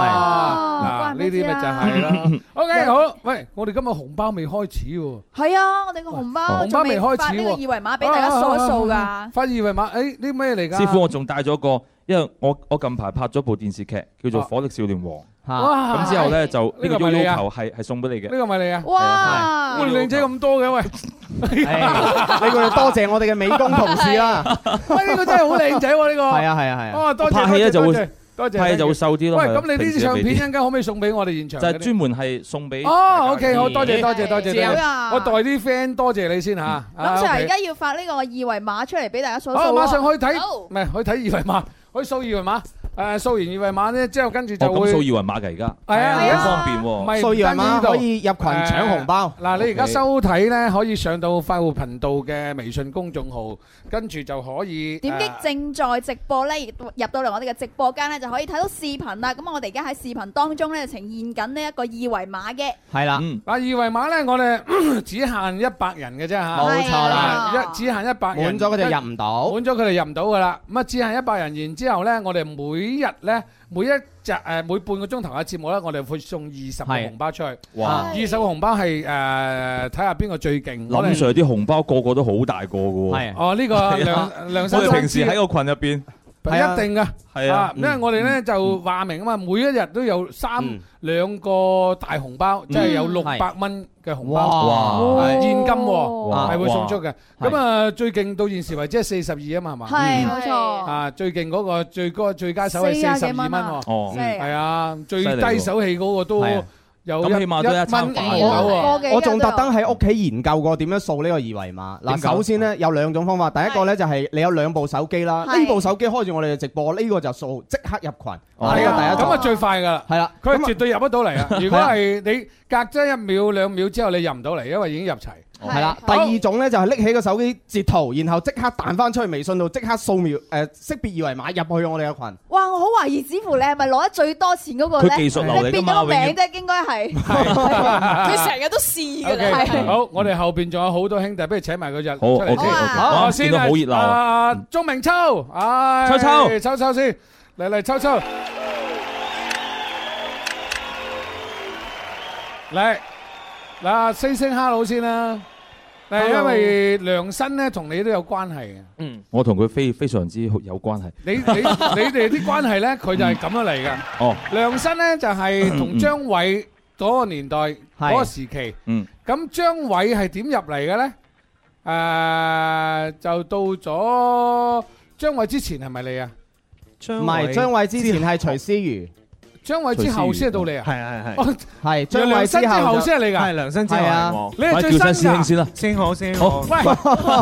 [SPEAKER 6] 嗱，
[SPEAKER 8] 怪唔啊
[SPEAKER 6] 呢
[SPEAKER 8] 得
[SPEAKER 6] 啲
[SPEAKER 8] 知
[SPEAKER 6] 咪就
[SPEAKER 8] 啦
[SPEAKER 6] 係啦。OK，好，喂，我哋今日紅包未開始喎。
[SPEAKER 8] 係啊，我哋個紅包
[SPEAKER 6] 紅包
[SPEAKER 8] 仲
[SPEAKER 6] 未
[SPEAKER 8] 未
[SPEAKER 6] 開
[SPEAKER 8] 發
[SPEAKER 6] 始
[SPEAKER 8] 呢個
[SPEAKER 6] 喎，
[SPEAKER 8] 二維碼俾大家掃一掃
[SPEAKER 6] 啊啊啊
[SPEAKER 8] 㗎。
[SPEAKER 6] 啊發二維碼，誒呢咩嚟㗎？
[SPEAKER 13] 師傅，我仲帶咗個，因為我我近排拍咗部電視劇叫做
[SPEAKER 6] 啊
[SPEAKER 13] 《火力少年王》，
[SPEAKER 6] 哇
[SPEAKER 13] 咁之後咧就
[SPEAKER 6] 呢
[SPEAKER 13] 呢個
[SPEAKER 6] 個咪你啊
[SPEAKER 13] Uro 球係係送俾你
[SPEAKER 6] 呢
[SPEAKER 13] 嘅。
[SPEAKER 6] 個咪你啊？
[SPEAKER 11] 哇
[SPEAKER 6] 哇，靚仔咁多嘅喂，
[SPEAKER 13] 哎
[SPEAKER 11] 你哋多謝我哋嘅美工同事啊啦。
[SPEAKER 6] 喂呢個真係好靚仔喎呢個。
[SPEAKER 11] 係啊係啊係啊
[SPEAKER 6] 哦，多謝
[SPEAKER 13] 拍戲咧就
[SPEAKER 6] 多謝
[SPEAKER 13] 會
[SPEAKER 6] 多謝多謝
[SPEAKER 13] 拍戲就會瘦啲咯
[SPEAKER 6] 喂，
[SPEAKER 13] 係
[SPEAKER 6] 咁你
[SPEAKER 13] 平
[SPEAKER 6] 呢啲
[SPEAKER 13] 時
[SPEAKER 6] 唱片
[SPEAKER 13] 俾
[SPEAKER 6] 一
[SPEAKER 13] 啲
[SPEAKER 6] 陣間可唔可以送俾我哋現場
[SPEAKER 13] 就
[SPEAKER 6] 嗰啲？
[SPEAKER 13] 係專門係送俾
[SPEAKER 6] 哦，OK，好多謝多謝多謝多
[SPEAKER 13] 正
[SPEAKER 6] 謝，
[SPEAKER 8] 啊
[SPEAKER 6] 我代啲 friend 多謝你先嚇。
[SPEAKER 13] 嗯
[SPEAKER 8] 林 Sir 而
[SPEAKER 6] 啊 OK
[SPEAKER 8] 家要發呢個二維碼出嚟俾大家掃一掃
[SPEAKER 6] 好，啊
[SPEAKER 8] 喎。
[SPEAKER 6] 馬上去睇，
[SPEAKER 8] 好
[SPEAKER 6] 唔係去睇二維碼，去掃二維碼。誒，掃完二維碼咧，之後跟住
[SPEAKER 13] 哦
[SPEAKER 6] 就
[SPEAKER 13] 咁
[SPEAKER 6] 會
[SPEAKER 13] 掃二維碼嘅而家，
[SPEAKER 6] 係啊係啊
[SPEAKER 13] 好方便
[SPEAKER 6] 唔
[SPEAKER 13] 喎。
[SPEAKER 6] 係
[SPEAKER 11] 掃二維碼
[SPEAKER 6] 唔單止呢度
[SPEAKER 11] 可以入群搶紅包
[SPEAKER 6] 誒嗱，你而家
[SPEAKER 13] OK
[SPEAKER 6] 收睇咧，可以上到快活頻道嘅微信公眾號，跟住就可以
[SPEAKER 8] 點
[SPEAKER 6] 誒
[SPEAKER 8] 擊正在直播咧，亦入到嚟我哋嘅直播間咧，就可以睇到視頻啦。咁我哋而家喺視頻當中咧，呈現緊呢一個二維碼嘅。
[SPEAKER 11] 係啦，
[SPEAKER 6] 嗱二維碼咧，我哋 只限一百人嘅啫嚇，
[SPEAKER 11] 冇錯啦
[SPEAKER 6] 一只限一百人，
[SPEAKER 11] 滿咗佢就入唔到，
[SPEAKER 6] 滿咗佢哋入唔到噶啦。咁啊，只限一百人，然之後咧，我哋每日咧，每一集誒每半個鐘頭嘅節目咧，我哋會送二十個
[SPEAKER 13] 係
[SPEAKER 6] 紅包出去。
[SPEAKER 13] 哇
[SPEAKER 6] 二十個紅包係誒睇下邊個最勁。我
[SPEAKER 13] 林
[SPEAKER 6] 哋
[SPEAKER 13] Sir 啲紅包個個都好大個嘅喎。
[SPEAKER 6] 係哦呢個
[SPEAKER 13] 係啊
[SPEAKER 6] 梁梁生
[SPEAKER 13] 我哋平時
[SPEAKER 6] 生知
[SPEAKER 13] 喺個群入邊，
[SPEAKER 6] 一定噶，
[SPEAKER 13] 係啊
[SPEAKER 6] 因為
[SPEAKER 13] 嗯
[SPEAKER 6] 我哋咧就話明啊嘛，每一日都有三兩個大紅包，即係有六百蚊嘅紅包，
[SPEAKER 13] 哇
[SPEAKER 6] 現金喎，
[SPEAKER 13] 哇
[SPEAKER 6] 係會送出嘅。咁啊，最勁到現時為止係四十二啊嘛，係嘛？
[SPEAKER 8] 係冇錯
[SPEAKER 6] 啊，最勁嗰個最高最佳手係
[SPEAKER 8] 四啊
[SPEAKER 6] 四十
[SPEAKER 8] 幾
[SPEAKER 6] 二蚊
[SPEAKER 8] 蚊啊
[SPEAKER 6] 喎，
[SPEAKER 13] 哦
[SPEAKER 8] 犀利
[SPEAKER 6] 係啊，最
[SPEAKER 13] 犀利
[SPEAKER 6] 低
[SPEAKER 13] 喎
[SPEAKER 6] 手氣嗰個都
[SPEAKER 13] 係啊
[SPEAKER 6] 有
[SPEAKER 13] 咁起碼都一餐
[SPEAKER 6] 蚊
[SPEAKER 13] 飯
[SPEAKER 6] 五毫九啊
[SPEAKER 8] 個幾
[SPEAKER 11] 我
[SPEAKER 8] 都
[SPEAKER 11] 仲特
[SPEAKER 8] 有
[SPEAKER 11] 登喺屋企研究過點樣掃呢個二維碼。
[SPEAKER 13] 點
[SPEAKER 11] 嗱，
[SPEAKER 13] 解
[SPEAKER 11] 首先呢，有兩種方法，第一個呢，就係你有兩部手機啦，
[SPEAKER 8] 係
[SPEAKER 11] 呢部手機開住我哋嘅直播，呢個就掃即刻入群。
[SPEAKER 6] 哦
[SPEAKER 11] 呢個第一
[SPEAKER 6] 咁啊
[SPEAKER 11] 種。
[SPEAKER 6] 最快噶啦，
[SPEAKER 11] 係啦，
[SPEAKER 6] 佢係
[SPEAKER 11] 咁啊
[SPEAKER 6] 絕對入得到嚟啊！如果
[SPEAKER 11] 係啊
[SPEAKER 6] 係你隔咗一秒兩秒之後，你入唔到嚟，因為已經入齊。
[SPEAKER 11] 係啦，第二種咧就係拎起個手機截圖，然後即刻彈翻出去微信度，即刻掃描誒識別二維碼入去我哋嘅群。
[SPEAKER 8] 哇！我好懷疑，似乎你係咪攞得最多錢嗰個咧？
[SPEAKER 11] 佢技術流嚟㗎嘛
[SPEAKER 8] 你變咗個
[SPEAKER 6] 永遠
[SPEAKER 8] 名啫，應該係。
[SPEAKER 7] 佢 成日都試㗎
[SPEAKER 6] O
[SPEAKER 7] 啦。
[SPEAKER 6] K，好，我哋後邊仲有好多兄弟，不如請埋佢入
[SPEAKER 13] 好
[SPEAKER 6] 出嚟
[SPEAKER 13] OK，
[SPEAKER 6] 先
[SPEAKER 13] OK，
[SPEAKER 6] 好
[SPEAKER 13] 哇
[SPEAKER 6] 先
[SPEAKER 13] 見到好熱鬧啊
[SPEAKER 6] 啊！鐘明秋，唉，
[SPEAKER 13] 秋秋
[SPEAKER 6] 秋秋先，嚟嚟秋秋，嚟嗱，say 聲 hello 先啦。嗱，因
[SPEAKER 13] Hello
[SPEAKER 6] 為梁生咧同你都有關係嘅。嗯，
[SPEAKER 13] 我同佢非非常之有關係。
[SPEAKER 6] 你你你哋啲關係咧，佢就係咁樣嚟嘅。
[SPEAKER 13] 哦，
[SPEAKER 6] 梁生咧就係同張偉嗰個年代嗰個
[SPEAKER 13] 係
[SPEAKER 6] 時期。
[SPEAKER 13] 嗯，
[SPEAKER 6] 咁張偉係點入嚟嘅咧？誒、就到咗張偉之前係咪你啊？
[SPEAKER 11] 唔係張偉之前係徐思如，
[SPEAKER 6] 張偉之後先係到你啊？
[SPEAKER 12] 係係
[SPEAKER 6] 哦
[SPEAKER 12] 係，
[SPEAKER 11] 係
[SPEAKER 6] 張
[SPEAKER 11] 張
[SPEAKER 6] 偉
[SPEAKER 11] 偉
[SPEAKER 6] 之
[SPEAKER 11] 之
[SPEAKER 6] 後
[SPEAKER 11] 後
[SPEAKER 6] 先係你㗎
[SPEAKER 12] 係梁生之後
[SPEAKER 11] 係啊
[SPEAKER 12] 係我
[SPEAKER 6] 你係最新㗎
[SPEAKER 13] 叫聲師兄先啦。
[SPEAKER 12] 先好先
[SPEAKER 13] 好
[SPEAKER 12] 好。
[SPEAKER 6] 喂，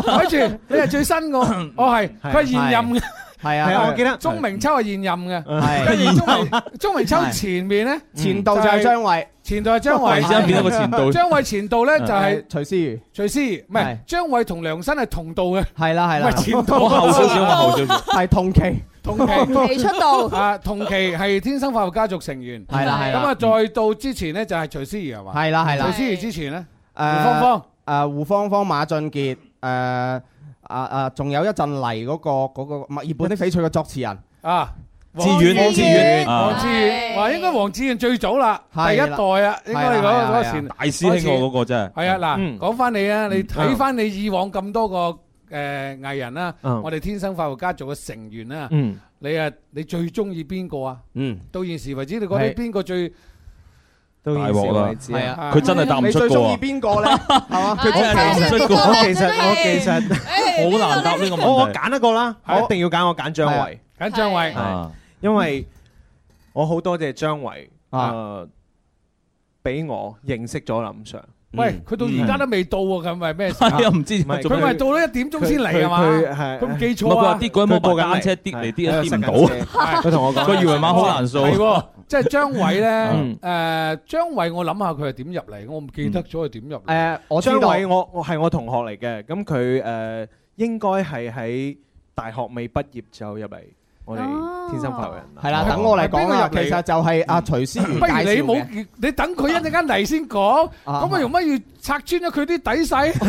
[SPEAKER 6] 睇住你係最新嘅喎，我係
[SPEAKER 12] 係
[SPEAKER 6] 佢係現任嘅。
[SPEAKER 11] 係
[SPEAKER 12] 係啊我記得
[SPEAKER 6] 鐘明秋係現任嘅，
[SPEAKER 11] 係
[SPEAKER 6] 跟住鐘明鐘明秋前面咧，
[SPEAKER 11] 前度就係張偉，
[SPEAKER 6] 前度係張偉，
[SPEAKER 11] 突然之間變咗個前度
[SPEAKER 6] 張偉前度咧就係
[SPEAKER 11] 徐思如。
[SPEAKER 6] 徐思怡，唔係
[SPEAKER 11] 係
[SPEAKER 6] 張偉同梁生係同道嘅，
[SPEAKER 11] 係啦係
[SPEAKER 6] 唔
[SPEAKER 11] 啦
[SPEAKER 6] 係前度，
[SPEAKER 11] 我後少少我後
[SPEAKER 13] 少少
[SPEAKER 11] 係同期。
[SPEAKER 6] 同 期
[SPEAKER 11] 同期出道
[SPEAKER 6] 啊，同期係天生快活家族成員，
[SPEAKER 11] 係啦係啦
[SPEAKER 6] 咁啊，再到之前咧就係徐思怡係嘛，
[SPEAKER 11] 係啦係啦
[SPEAKER 6] 徐思怡之前咧，
[SPEAKER 11] 誒
[SPEAKER 6] 胡芳芳
[SPEAKER 11] 誒胡芳芳、馬俊傑誒啊啊，仲有一陣嚟嗰個嗰個墨爾本的翡翠嘅作詞人。
[SPEAKER 6] 啊，
[SPEAKER 11] 志遠
[SPEAKER 6] 黃
[SPEAKER 11] 志遠啊
[SPEAKER 6] 黃志遠，哇，應該黃志遠最早啦，第
[SPEAKER 11] 係
[SPEAKER 6] 一
[SPEAKER 11] 啦
[SPEAKER 6] 代啊，應該你嗰
[SPEAKER 11] 係啦
[SPEAKER 6] 嗰
[SPEAKER 11] 係啦
[SPEAKER 6] 時
[SPEAKER 13] 大師兄我嗰個真係。
[SPEAKER 6] 係啊，嗱，
[SPEAKER 13] 嗯
[SPEAKER 6] 講翻你啊，你睇
[SPEAKER 13] 嗯
[SPEAKER 6] 翻你以往咁多個誒藝人啦，
[SPEAKER 13] 嗯
[SPEAKER 6] 我哋天生快活家族嘅成員啦
[SPEAKER 13] 嗯，
[SPEAKER 6] 你啊，你最中意邊個啊？
[SPEAKER 11] 嗯，
[SPEAKER 6] 到現時為止，你覺得
[SPEAKER 11] 係
[SPEAKER 6] 邊個最？
[SPEAKER 9] 都
[SPEAKER 12] 大鑊啦
[SPEAKER 9] 係啊，
[SPEAKER 12] 佢真係答唔出
[SPEAKER 11] 你最
[SPEAKER 12] 個
[SPEAKER 11] 中意
[SPEAKER 12] 啊！
[SPEAKER 11] 邊個咧？係嘛？
[SPEAKER 12] 佢真係答唔出個
[SPEAKER 14] 我其實我其
[SPEAKER 12] 好
[SPEAKER 14] 實
[SPEAKER 12] 難答呢個問題
[SPEAKER 14] 我我揀一個啦，我
[SPEAKER 12] 係
[SPEAKER 14] 一定要揀我揀張
[SPEAKER 6] 係
[SPEAKER 14] 偉，
[SPEAKER 6] 緊張位
[SPEAKER 14] 係因為我好多謝張偉啊，俾我認識咗林 Sir。
[SPEAKER 6] 喂，佢到而家都未到喎，咁咪咩事？
[SPEAKER 14] 係啊唔知
[SPEAKER 6] 佢佢咪到咗一點鐘先嚟係嘛？佢唔記錯啊！
[SPEAKER 14] 啲鬼
[SPEAKER 6] 冇
[SPEAKER 14] 部
[SPEAKER 6] 架單
[SPEAKER 14] 車
[SPEAKER 9] 跌嚟跌
[SPEAKER 6] 去
[SPEAKER 9] 跌唔 到
[SPEAKER 6] 係
[SPEAKER 9] 佢同我講佢以為馬可蘭數
[SPEAKER 6] 係喎即係張偉咧
[SPEAKER 14] 嗯，
[SPEAKER 6] 誒張偉，我諗下佢係點入嚟，我唔記得咗佢點入嚟。
[SPEAKER 14] 誒，我
[SPEAKER 6] 張
[SPEAKER 14] 張
[SPEAKER 6] 偉
[SPEAKER 14] 偉，我我係我同學嚟嘅，咁佢誒應該係喺大學未畢業就入嚟我哋天生快活人啦。
[SPEAKER 11] 係啦，等我嚟講啦。其實就係阿徐思
[SPEAKER 6] 不
[SPEAKER 11] 源
[SPEAKER 6] 如
[SPEAKER 11] 介紹
[SPEAKER 6] 你
[SPEAKER 11] 嘅
[SPEAKER 6] 冇，你等佢一陣間嚟先講，咁啊用乜要拆穿咗佢啲底細？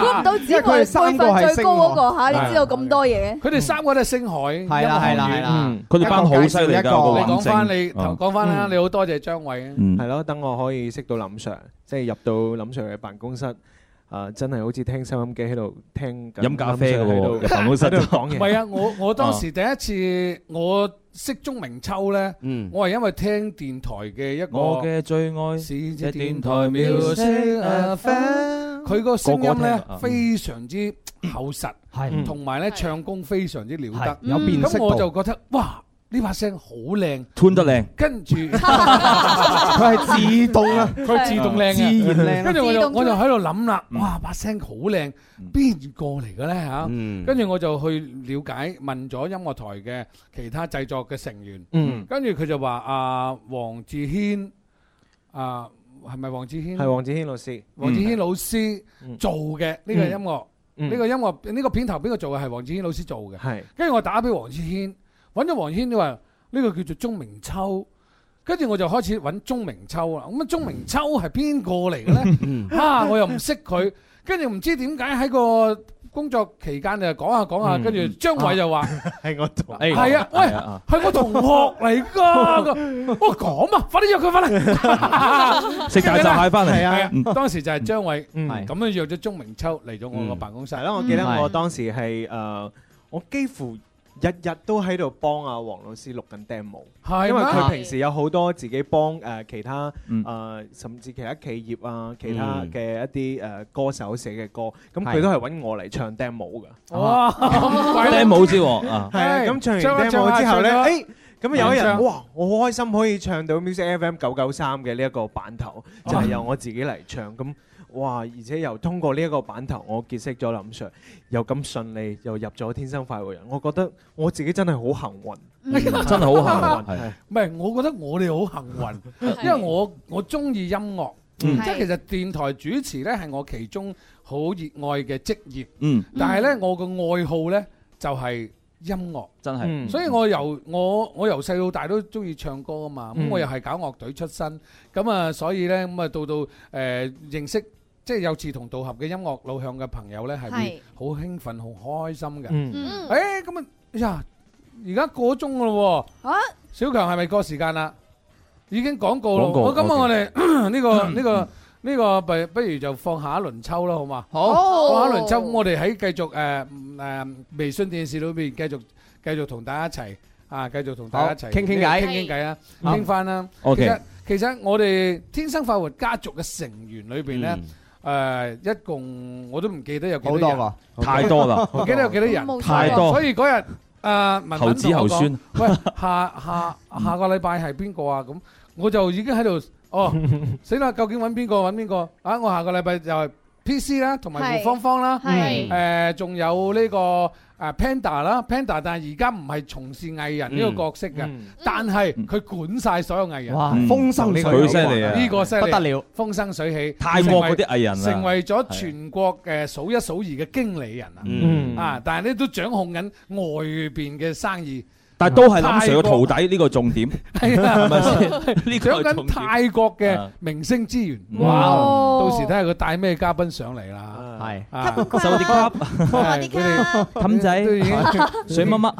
[SPEAKER 8] 估唔到只
[SPEAKER 6] 因為佢
[SPEAKER 8] 係
[SPEAKER 6] 哋三
[SPEAKER 8] 輩
[SPEAKER 6] 個係
[SPEAKER 8] 分最
[SPEAKER 6] 星
[SPEAKER 8] 高嗰個
[SPEAKER 6] 喎
[SPEAKER 8] 嚇，你知道咁多嘢。
[SPEAKER 6] 佢哋三個都係星海，係
[SPEAKER 11] 係啦係啦係啦嗯
[SPEAKER 9] 佢哋班好犀利㗎一個
[SPEAKER 6] 你
[SPEAKER 9] 我
[SPEAKER 6] 講
[SPEAKER 9] 講
[SPEAKER 6] 翻
[SPEAKER 9] 翻
[SPEAKER 6] 你
[SPEAKER 9] 你
[SPEAKER 6] 頭
[SPEAKER 9] 頭
[SPEAKER 6] 講
[SPEAKER 9] 講
[SPEAKER 6] 翻
[SPEAKER 9] 翻
[SPEAKER 6] 啦
[SPEAKER 9] 啦，
[SPEAKER 6] 你好多謝張偉
[SPEAKER 9] 嗯
[SPEAKER 6] 啊。
[SPEAKER 14] 係咯，等我可以識到林 Sir，即係入到林 Sir 嘅辦公室，誒真係好似聽收音機喺度聽緊
[SPEAKER 9] 飲咖啡
[SPEAKER 14] 林
[SPEAKER 9] 㗎
[SPEAKER 14] Sir 喺
[SPEAKER 9] 喎
[SPEAKER 14] 度
[SPEAKER 9] 入辦公室
[SPEAKER 14] 喺度講
[SPEAKER 6] 唔
[SPEAKER 14] 嘢。
[SPEAKER 6] 係啊，我我當時第一次我識鐘明秋咧，我係因為聽電台嘅一個
[SPEAKER 9] 嗯我嘅最愛
[SPEAKER 6] 是只
[SPEAKER 9] 電
[SPEAKER 6] 電
[SPEAKER 9] 台
[SPEAKER 6] 台
[SPEAKER 9] music
[SPEAKER 6] music
[SPEAKER 9] FM
[SPEAKER 6] 佢個聲音咧
[SPEAKER 9] 個個聽啊
[SPEAKER 6] 非常之厚實，
[SPEAKER 9] 係嗯
[SPEAKER 6] 同埋咧唱功非常之了
[SPEAKER 9] 係
[SPEAKER 6] 得，
[SPEAKER 9] 有辨識
[SPEAKER 6] 咁
[SPEAKER 9] 度
[SPEAKER 6] 我就覺得哇！呢把聲好靚，
[SPEAKER 9] 吞得靚，
[SPEAKER 6] 跟住
[SPEAKER 11] 佢係自動啊，
[SPEAKER 6] 佢自動靚啊
[SPEAKER 11] 自然靚啊
[SPEAKER 6] 跟住我
[SPEAKER 11] 自
[SPEAKER 6] 就
[SPEAKER 11] 動出
[SPEAKER 6] 我就喺度諗啦，
[SPEAKER 11] 嗯
[SPEAKER 6] 哇把聲好靚，邊個嚟嘅咧嚇？
[SPEAKER 11] 嗯
[SPEAKER 6] 跟住我就去了解問咗音樂台嘅其他製作嘅成員，
[SPEAKER 14] 嗯
[SPEAKER 6] 跟住佢就話啊黃志軒啊係咪黃志軒？
[SPEAKER 14] 係黃子軒老師，
[SPEAKER 6] 黃志軒老師
[SPEAKER 11] 嗯
[SPEAKER 6] 做嘅呢個音樂，
[SPEAKER 14] 嗯
[SPEAKER 6] 哦呢個音樂呢個片頭邊個做嘅係黃志軒老師做嘅。
[SPEAKER 14] 係
[SPEAKER 6] 跟住我打俾黃志軒，揾咗黃志軒，你話呢個叫做鐘明秋。跟住我就開始揾鐘明秋啦。咁啊，鐘明秋係邊個嚟 嘅咧？啊，我又唔識佢。跟住唔知點解喺個工作期間就講下講下，
[SPEAKER 14] 嗯
[SPEAKER 6] 跟住張偉就 話。
[SPEAKER 14] 係我同
[SPEAKER 6] 係啊，喂，係我同學嚟 噶，我講啊，快啲約佢翻嚟，
[SPEAKER 9] 食大閘蟹返嚟
[SPEAKER 6] 係啊
[SPEAKER 9] 嗯，
[SPEAKER 6] 當時就係張偉咁樣約咗鐘明秋嚟咗我個辦公室。
[SPEAKER 14] 係啦，我記得我當時係誒，我幾乎日日都喺度幫阿黃老師錄緊 demo，
[SPEAKER 6] 係
[SPEAKER 14] 因為
[SPEAKER 6] 咩
[SPEAKER 14] 佢平時有好多自己幫誒其他誒甚至其他企業啊、其他嘅一啲誒歌手寫嘅歌，咁佢
[SPEAKER 9] 係
[SPEAKER 14] 都係揾我嚟唱 demo 㗎。
[SPEAKER 6] 哇咁鬼
[SPEAKER 9] 靚舞之喎啊
[SPEAKER 14] 係啊，咁唱
[SPEAKER 6] 唱下
[SPEAKER 14] 完 demo 之後咧，
[SPEAKER 6] 唱下
[SPEAKER 14] 誒。咁有一日
[SPEAKER 6] 唱，下
[SPEAKER 14] 哇！哦我好開心可以唱到 Music FM 九九三嘅呢一個版頭，
[SPEAKER 6] 哦
[SPEAKER 14] 就係由我自己嚟唱。咁哇！而且又通過呢一個版頭，我結識咗林 Sir，又咁順利又入咗天生快活人，我覺得我自己真係好幸運，
[SPEAKER 9] 真係好幸運
[SPEAKER 14] 係
[SPEAKER 6] 唔嗯係，我覺得我哋好幸運，
[SPEAKER 14] 係
[SPEAKER 6] 因為我我中意音樂，
[SPEAKER 9] 嗯
[SPEAKER 6] 即係其實電台主持呢係我其中好熱愛嘅職業。
[SPEAKER 9] 嗯
[SPEAKER 6] 但係呢，我個愛好呢就係音樂，
[SPEAKER 9] 真係嗯
[SPEAKER 6] 所以我由我我由細到大都中意唱歌啊嘛。咁
[SPEAKER 9] 嗯
[SPEAKER 6] 我又係搞樂隊出身，咁啊，所以呢，咁啊，到到誒認識。即係有志同道合嘅音樂路向嘅朋友呢，係會
[SPEAKER 9] 係
[SPEAKER 6] 好興奮、好開心嘅。
[SPEAKER 9] 嗯
[SPEAKER 6] 誒咁啊，呀！而家過鐘噶咯喎。
[SPEAKER 8] 啊！
[SPEAKER 6] 小強係咪過時間啦？已經講過咯。
[SPEAKER 9] 廣告
[SPEAKER 6] 我咁啊，
[SPEAKER 9] OK
[SPEAKER 6] 我哋 呢個呢個呢個不不如就放下一輪抽啦，好嘛？
[SPEAKER 9] 好
[SPEAKER 6] 放下一輪抽，咁我哋喺繼續誒誒微信電視裏邊繼續繼續同大家一齊啊，繼續同大家一齊
[SPEAKER 11] 好傾傾偈
[SPEAKER 6] 傾傾偈啊，
[SPEAKER 11] 好
[SPEAKER 6] 傾翻啦。
[SPEAKER 11] OK
[SPEAKER 6] 其實其實我哋天生快活家族嘅成員裏邊咧。誒，一共我都唔記得有幾多人
[SPEAKER 11] 好多個，
[SPEAKER 9] 太 多啦
[SPEAKER 6] 唔記得有幾多
[SPEAKER 9] 冇
[SPEAKER 6] 人，
[SPEAKER 9] 錯太多
[SPEAKER 6] 所以嗰日誒，文文
[SPEAKER 9] 猴子
[SPEAKER 6] 同我
[SPEAKER 9] 猴
[SPEAKER 6] 講
[SPEAKER 9] 孫
[SPEAKER 6] 喂，下下下個禮拜係邊個啊？咁我就已經喺度，哦，死啦！究竟揾邊個揾邊個啊？我下個禮拜就係 PC 啦，同埋
[SPEAKER 9] 係
[SPEAKER 6] 胡芳芳啦，
[SPEAKER 9] 係
[SPEAKER 6] 誒，仲有呢個誒 Panda 啦，Panda，但係而家唔係從事藝人呢個角色嘅，但係佢管晒所有藝人，
[SPEAKER 9] 嗯
[SPEAKER 11] 哇風生水起
[SPEAKER 9] 佢犀利啊
[SPEAKER 6] 嗯呢個犀利
[SPEAKER 11] 不得了，
[SPEAKER 6] 風生水起，
[SPEAKER 9] 泰國嗰啲藝人啊
[SPEAKER 6] 成為咗全國誒數一數二嘅經理人啊，
[SPEAKER 9] 嗯
[SPEAKER 6] 啊，但係咧都掌控緊外邊嘅生意。
[SPEAKER 9] 但係都係林
[SPEAKER 6] 泰
[SPEAKER 9] Sir
[SPEAKER 6] 國
[SPEAKER 9] 嘅徒弟呢個重點，
[SPEAKER 6] 係啊，
[SPEAKER 9] 係咪先？
[SPEAKER 6] 呢個緊泰國嘅明星資源，
[SPEAKER 9] 嗯
[SPEAKER 6] 哇！
[SPEAKER 9] 哇
[SPEAKER 6] 到時睇下佢帶咩嘉賓上嚟啦。
[SPEAKER 9] 係
[SPEAKER 6] 啊，
[SPEAKER 9] 收啲卡，
[SPEAKER 6] 係佢哋
[SPEAKER 9] 氹仔
[SPEAKER 6] 都已 經
[SPEAKER 9] 水乜乜。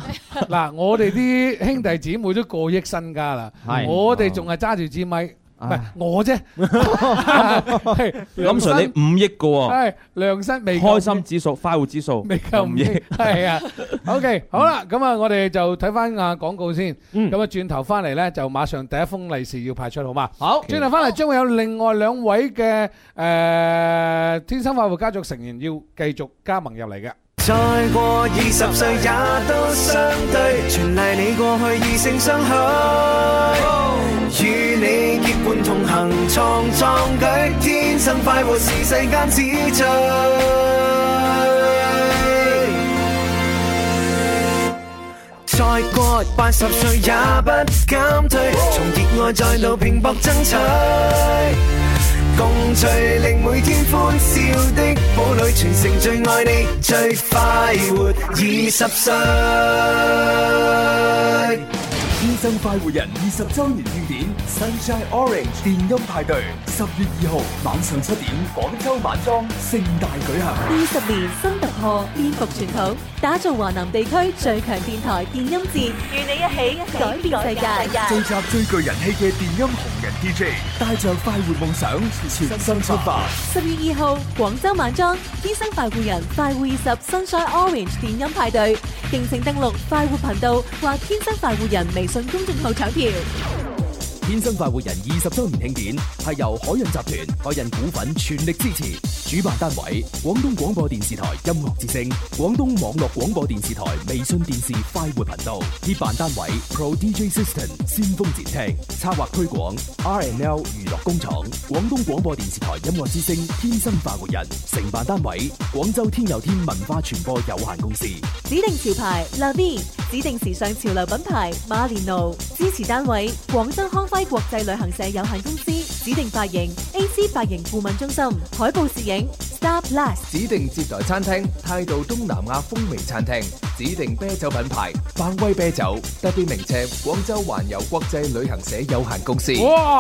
[SPEAKER 6] 嗱，我哋啲兄弟姊妹都過億身家啦，
[SPEAKER 9] 係
[SPEAKER 6] 我哋仲係揸住支咪。 唔係，我啫。 係，
[SPEAKER 13] 林 Sir
[SPEAKER 6] 梁生-
[SPEAKER 13] 你五億嘅喎，
[SPEAKER 6] 係，梁生未夠
[SPEAKER 13] 開心指數、快活指數未
[SPEAKER 6] 夠五億，係啊。OK，好啦，咁啊，我哋就睇返啊廣告先。咁啊，轉頭返嚟呢，就馬上第一封利是要派出，好嗎？轉頭返嚟將會有另外兩位嘅，誒，天生快活家族成員要繼續加盟入嚟嘅。
[SPEAKER 1] 再過二十歲也都相對，全賴你過去異性相許，與你結伴同行創壯舉，天生快活是世間之最。再過八十歲也不減退，從熱愛再度拼搏爭取，共聚令每天歡笑的堡壘，全城最愛你，最快活二十歲。
[SPEAKER 5] 天生快活人二十周年庆典 Sunshine Orange 电音派对，十月二号晚上七点，广州晚装盛大举行。
[SPEAKER 3] 二十年新突破，颠覆傳統，打造華南地區最強電台電音節，與你一起改變世
[SPEAKER 5] 聚
[SPEAKER 3] 界。
[SPEAKER 5] 集最具人氣嘅電音紅人 DJ，帶着快活夢想，全身出發。
[SPEAKER 3] 十月二號，廣州晚裝天生快活人快活二十 Sunshine Orange 電音派對，敬請登錄快活頻道或天生快活人微信公眾號搶票。
[SPEAKER 4] 天生快活人二十周年庆典係由海印集團、海印股份全力支持，主辦單位廣東廣播電視台音樂之聲、廣東網絡廣播電視台微信電視快活頻道，協辦單位 Pro DJ System 先鋒節聽，策劃推廣 RNL 娛樂工廠、廣東廣播電視台音樂之聲、天生快活人，承辦單位廣州天佑天文化傳播有限公司。
[SPEAKER 3] 指定潮牌 l a v i 指定時尚潮流品牌馬連奴，支持單位廣州康輝國際旅行社有限公司，指定髮型 AC 髮型顧問中心，海報攝影 Star Plus。
[SPEAKER 5] 指定接待餐廳，態度東南亞風味餐廳；指定啤酒品牌，百威啤酒。特別名車，廣州環遊國際旅行社有限公司。
[SPEAKER 6] 哇！